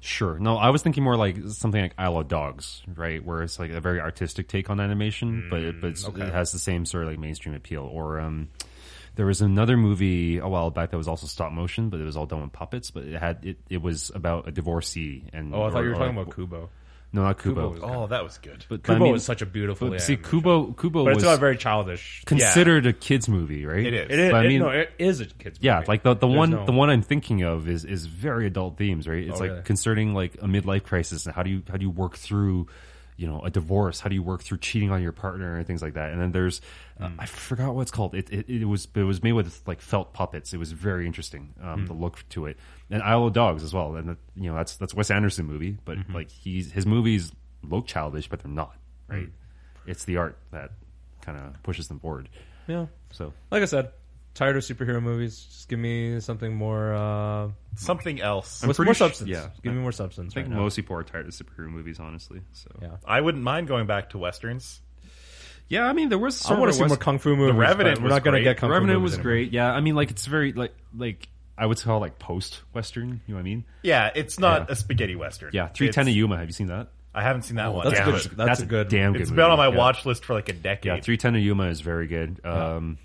Speaker 2: Sure. No, I was thinking more like something like Isle of Dogs, right? Where it's like a very artistic take on animation, but it, but it's,
Speaker 3: Mm,
Speaker 2: it has the same sort of like mainstream appeal. Or um, there was another movie a while back that was also stop motion, but it was all done with puppets. But it had it, it was about a divorcee and
Speaker 3: Oh, I thought
Speaker 2: or-
Speaker 3: you were
Speaker 2: or
Speaker 3: talking
Speaker 2: like-
Speaker 3: about Kubo.
Speaker 2: no, not Kubo.
Speaker 3: was-
Speaker 1: Oh, that was good.
Speaker 2: but, but I
Speaker 3: Kubo
Speaker 2: mean-
Speaker 3: is such a beautiful.
Speaker 2: but see
Speaker 3: animation.
Speaker 2: Kubo Kubo
Speaker 3: but
Speaker 2: was
Speaker 3: it's not very childish.
Speaker 2: considered a kids movie, right?
Speaker 1: It is.
Speaker 3: It is.
Speaker 2: But I
Speaker 3: it-
Speaker 2: mean-
Speaker 3: no, it is a kids.
Speaker 2: Yeah,
Speaker 3: movie.
Speaker 2: like the the
Speaker 3: There's
Speaker 2: one
Speaker 3: no- Oh,
Speaker 2: the one I'm thinking of is is very adult themes, right? It's like
Speaker 3: really?
Speaker 2: concerning like a midlife crisis and how do you how do you work through, you know, a divorce? How do you work through cheating on your partner and things like that? And then there's uh,
Speaker 3: Mm.
Speaker 2: I forgot what it's called. It, it it was it was made with like felt puppets. It was very interesting
Speaker 3: Mm.
Speaker 2: um, the look to it. And Isle of Dogs as well. And that, you know that's that's Wes Anderson movie, but
Speaker 3: Mm-hmm.
Speaker 2: like he's his movies look childish, but they're not right.
Speaker 3: Mm.
Speaker 2: It's the art that kind of pushes them forward.
Speaker 3: yeah.
Speaker 2: So
Speaker 3: Like I said, tired of superhero movies. Just give me something more. Uh,
Speaker 1: Something else.
Speaker 3: with
Speaker 2: pretty
Speaker 3: more
Speaker 2: sh-
Speaker 3: substance.
Speaker 2: yeah.
Speaker 3: give me more substance.
Speaker 2: I think
Speaker 3: right now.
Speaker 2: most people are tired of superhero movies, honestly. So
Speaker 3: Yeah.
Speaker 1: I wouldn't mind going back to westerns.
Speaker 2: yeah, I mean, there was.
Speaker 3: I
Speaker 2: Sort
Speaker 3: want
Speaker 2: of
Speaker 3: to
Speaker 2: a
Speaker 3: see more
Speaker 2: West-
Speaker 3: kung fu movies.
Speaker 1: Revenant
Speaker 3: but We're
Speaker 1: was
Speaker 3: not going to
Speaker 1: great.
Speaker 3: get kung fu
Speaker 2: Revenant
Speaker 3: movies
Speaker 2: was
Speaker 3: anymore.
Speaker 2: great. Yeah, I mean, like it's very like like I would call like post Western. You know what I mean?
Speaker 1: Yeah, it's not
Speaker 2: Yeah.
Speaker 1: a spaghetti western.
Speaker 2: Yeah, Three
Speaker 1: It's-
Speaker 2: Ten to Yuma. Have you seen that?
Speaker 1: I haven't seen that one.
Speaker 3: Oh, That's
Speaker 1: Damn
Speaker 3: good.
Speaker 1: it.
Speaker 3: That's, a good.
Speaker 2: damn good.
Speaker 1: It's
Speaker 2: movie.
Speaker 1: been on my
Speaker 2: yeah.
Speaker 1: watch list for like a decade.
Speaker 2: Yeah, Three Ten to Yuma is very good. Um,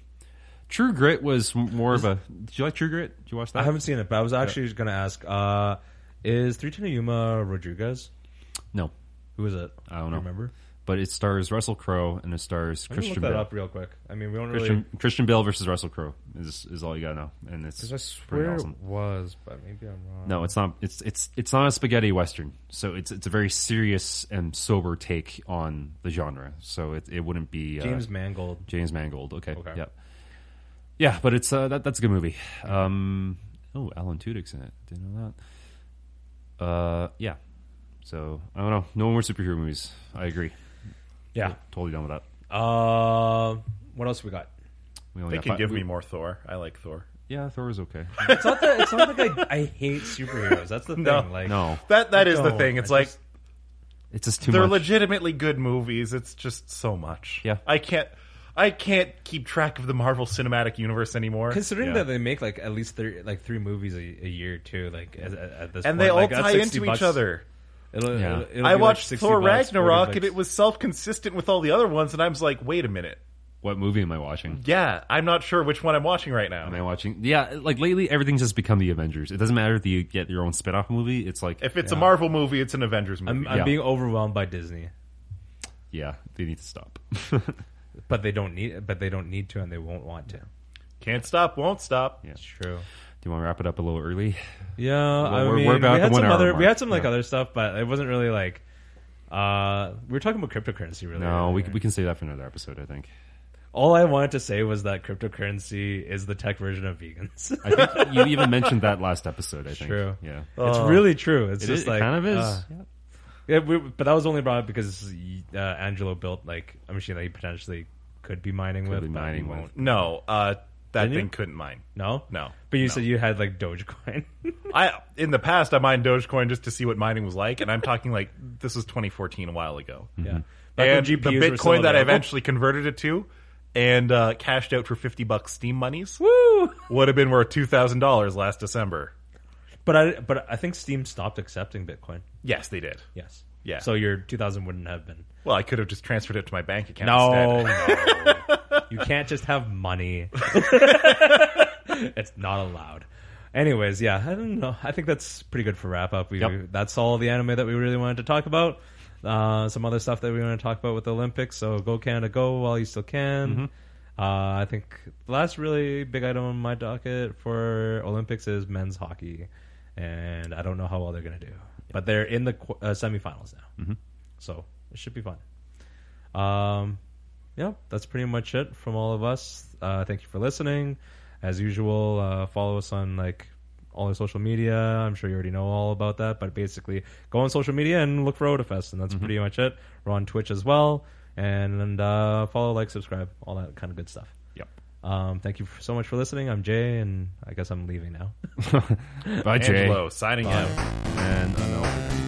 Speaker 2: True Grit was m- more of a. Did you like True Grit? Did you watch that?
Speaker 3: I haven't seen it, but I was actually just going to ask: uh, Is Three Ten Yuma Rodriguez?
Speaker 2: No,
Speaker 3: Who is it?
Speaker 2: I don't know.
Speaker 3: Remember?
Speaker 2: but it stars Russell Crowe and it stars
Speaker 3: Let me
Speaker 2: Christian
Speaker 3: look that
Speaker 2: Bale.
Speaker 3: up real quick. I mean, we don't really.
Speaker 2: Christian, Christian Bale versus Russell Crowe is is all you gotta know, and it's
Speaker 7: I
Speaker 2: pretty
Speaker 7: swear
Speaker 2: awesome.
Speaker 7: it was, but maybe I'm wrong.
Speaker 2: No, it's not. It's it's it's not a spaghetti western. So it's it's a very serious and sober take on the genre. So it, it wouldn't be uh,
Speaker 3: James Mangold.
Speaker 2: James Mangold. Okay.
Speaker 3: Okay.
Speaker 2: Yeah. Yeah, but it's uh, that that's a good movie. Um, oh, Alan Tudyk's in it. Didn't know that. Uh, yeah. So I don't know. No more superhero movies. I agree.
Speaker 3: Yeah.
Speaker 2: Totally done with that.
Speaker 3: Uh, what else we got?
Speaker 2: We only
Speaker 1: They
Speaker 2: got
Speaker 1: can
Speaker 2: five-
Speaker 1: give
Speaker 2: we-
Speaker 1: me more Thor. I like Thor.
Speaker 2: Yeah, Thor was okay.
Speaker 3: It's not that. It's not like I, I hate superheroes. That's the thing.
Speaker 1: No.
Speaker 3: like
Speaker 2: No,
Speaker 1: That that is the
Speaker 3: don't.
Speaker 1: thing. It's
Speaker 3: I
Speaker 1: like
Speaker 3: just-
Speaker 2: it's just too
Speaker 1: they're
Speaker 2: much.
Speaker 1: legitimately good movies. It's just so much.
Speaker 2: Yeah.
Speaker 1: I can't I can't keep track of the Marvel Cinematic Universe anymore.
Speaker 3: Considering
Speaker 2: Yeah.
Speaker 3: that they make like at least three, like three movies a, a year too, like at, at- at this point,
Speaker 1: and they all
Speaker 3: like, that's
Speaker 1: tie
Speaker 3: 60
Speaker 1: into
Speaker 3: bucks.
Speaker 1: each other.
Speaker 3: It'll,
Speaker 2: Yeah.
Speaker 3: it'll- it'll
Speaker 1: I
Speaker 3: be, like,
Speaker 1: watched
Speaker 3: 60
Speaker 1: Thor
Speaker 3: bucks, 40
Speaker 1: Ragnarok and
Speaker 3: bucks.
Speaker 1: it was self consistent with all the other ones, and I was like, wait a minute.
Speaker 2: What movie am I watching?
Speaker 1: Yeah, I'm not sure which one I'm watching right now.
Speaker 2: Am I watching? Yeah, like lately, everything's just become the Avengers. It doesn't matter if you get your own spin-off movie. It's like,
Speaker 1: if it's a Marvel movie, it's an Avengers
Speaker 3: I'm,
Speaker 1: movie.
Speaker 3: I'm
Speaker 2: Yeah.
Speaker 3: being overwhelmed by Disney,
Speaker 2: yeah, they need to stop.
Speaker 3: but they don't need, but they don't need to, and they won't want to.
Speaker 1: Can't stop, won't stop.
Speaker 2: Yeah.
Speaker 3: It's true.
Speaker 2: Do you want to wrap it up a little early?
Speaker 3: Yeah, I
Speaker 2: we're- we're
Speaker 3: mean,
Speaker 2: about
Speaker 3: we
Speaker 2: at
Speaker 3: had
Speaker 2: the
Speaker 3: some
Speaker 2: one-hour
Speaker 3: other,
Speaker 2: mark.
Speaker 3: we had some like
Speaker 2: Yeah.
Speaker 3: other stuff, but it wasn't really like. Uh, we were talking about cryptocurrency, really.
Speaker 2: No, we, can- we can save that for another episode. I think.
Speaker 3: All I wanted to say was that cryptocurrency is the tech version of vegans.
Speaker 2: I think you even mentioned that last episode. I think.
Speaker 3: True.
Speaker 2: Yeah.
Speaker 3: it's really true. It's
Speaker 2: It
Speaker 3: just
Speaker 2: is- it
Speaker 3: like
Speaker 2: kind of is.
Speaker 3: uh, yeah, we, but that was only brought up because uh, Angelo built like a machine that he potentially could be mining with,
Speaker 2: be
Speaker 3: but
Speaker 2: mining
Speaker 3: he
Speaker 2: with.
Speaker 3: won't.
Speaker 1: No, uh, that
Speaker 3: Didn't you?
Speaker 1: thing couldn't mine.
Speaker 3: No,
Speaker 1: No,
Speaker 3: But you
Speaker 1: no.
Speaker 3: said you had like Dogecoin.
Speaker 1: I in the past I mined Dogecoin just to see what mining was like, and I'm talking like this was 2014, a while ago.
Speaker 3: yeah,
Speaker 1: and the Bitcoin that I eventually converted it to and uh, cashed out for 50 bucks Steam monies
Speaker 3: Woo!
Speaker 1: would have been worth two thousand dollars last December.
Speaker 3: But I but I think Steam stopped accepting Bitcoin.
Speaker 1: Yes, they did.
Speaker 3: Yes.
Speaker 1: Yeah.
Speaker 3: So your 2000 wouldn't have been.
Speaker 1: Well, I could have just transferred it to my bank account.
Speaker 3: No,
Speaker 1: instead.
Speaker 3: no. you can't just have money. it's not allowed. Anyways, yeah, I don't know. I think that's pretty good for wrap up. We,
Speaker 2: Yep.
Speaker 3: that's all the anime that we really wanted to talk about. Uh, some other stuff that we want to talk about with the Olympics. So go Canada, go while you still can. Uh, I think the last really big item on my docket for Olympics is men's hockey, and I don't know how well they're going to do, but they're in the qu- uh, semifinals now, so it should be fun. Um, yeah, that's pretty much it from all of us. Uh, thank you for listening. As usual, uh, follow us on like all our social media. I'm sure you already know all about that, but basically, go on social media and look for Odafest, and that's pretty much it. We're on Twitch as well, and, uh, follow, like, subscribe, all that kind of good stuff.
Speaker 2: Yep.
Speaker 3: Um, thank you f- so much for listening. I'm Jay, and I guess I'm leaving now.
Speaker 2: Bye, Jay.
Speaker 1: Angelo signing out.
Speaker 2: And uh, no.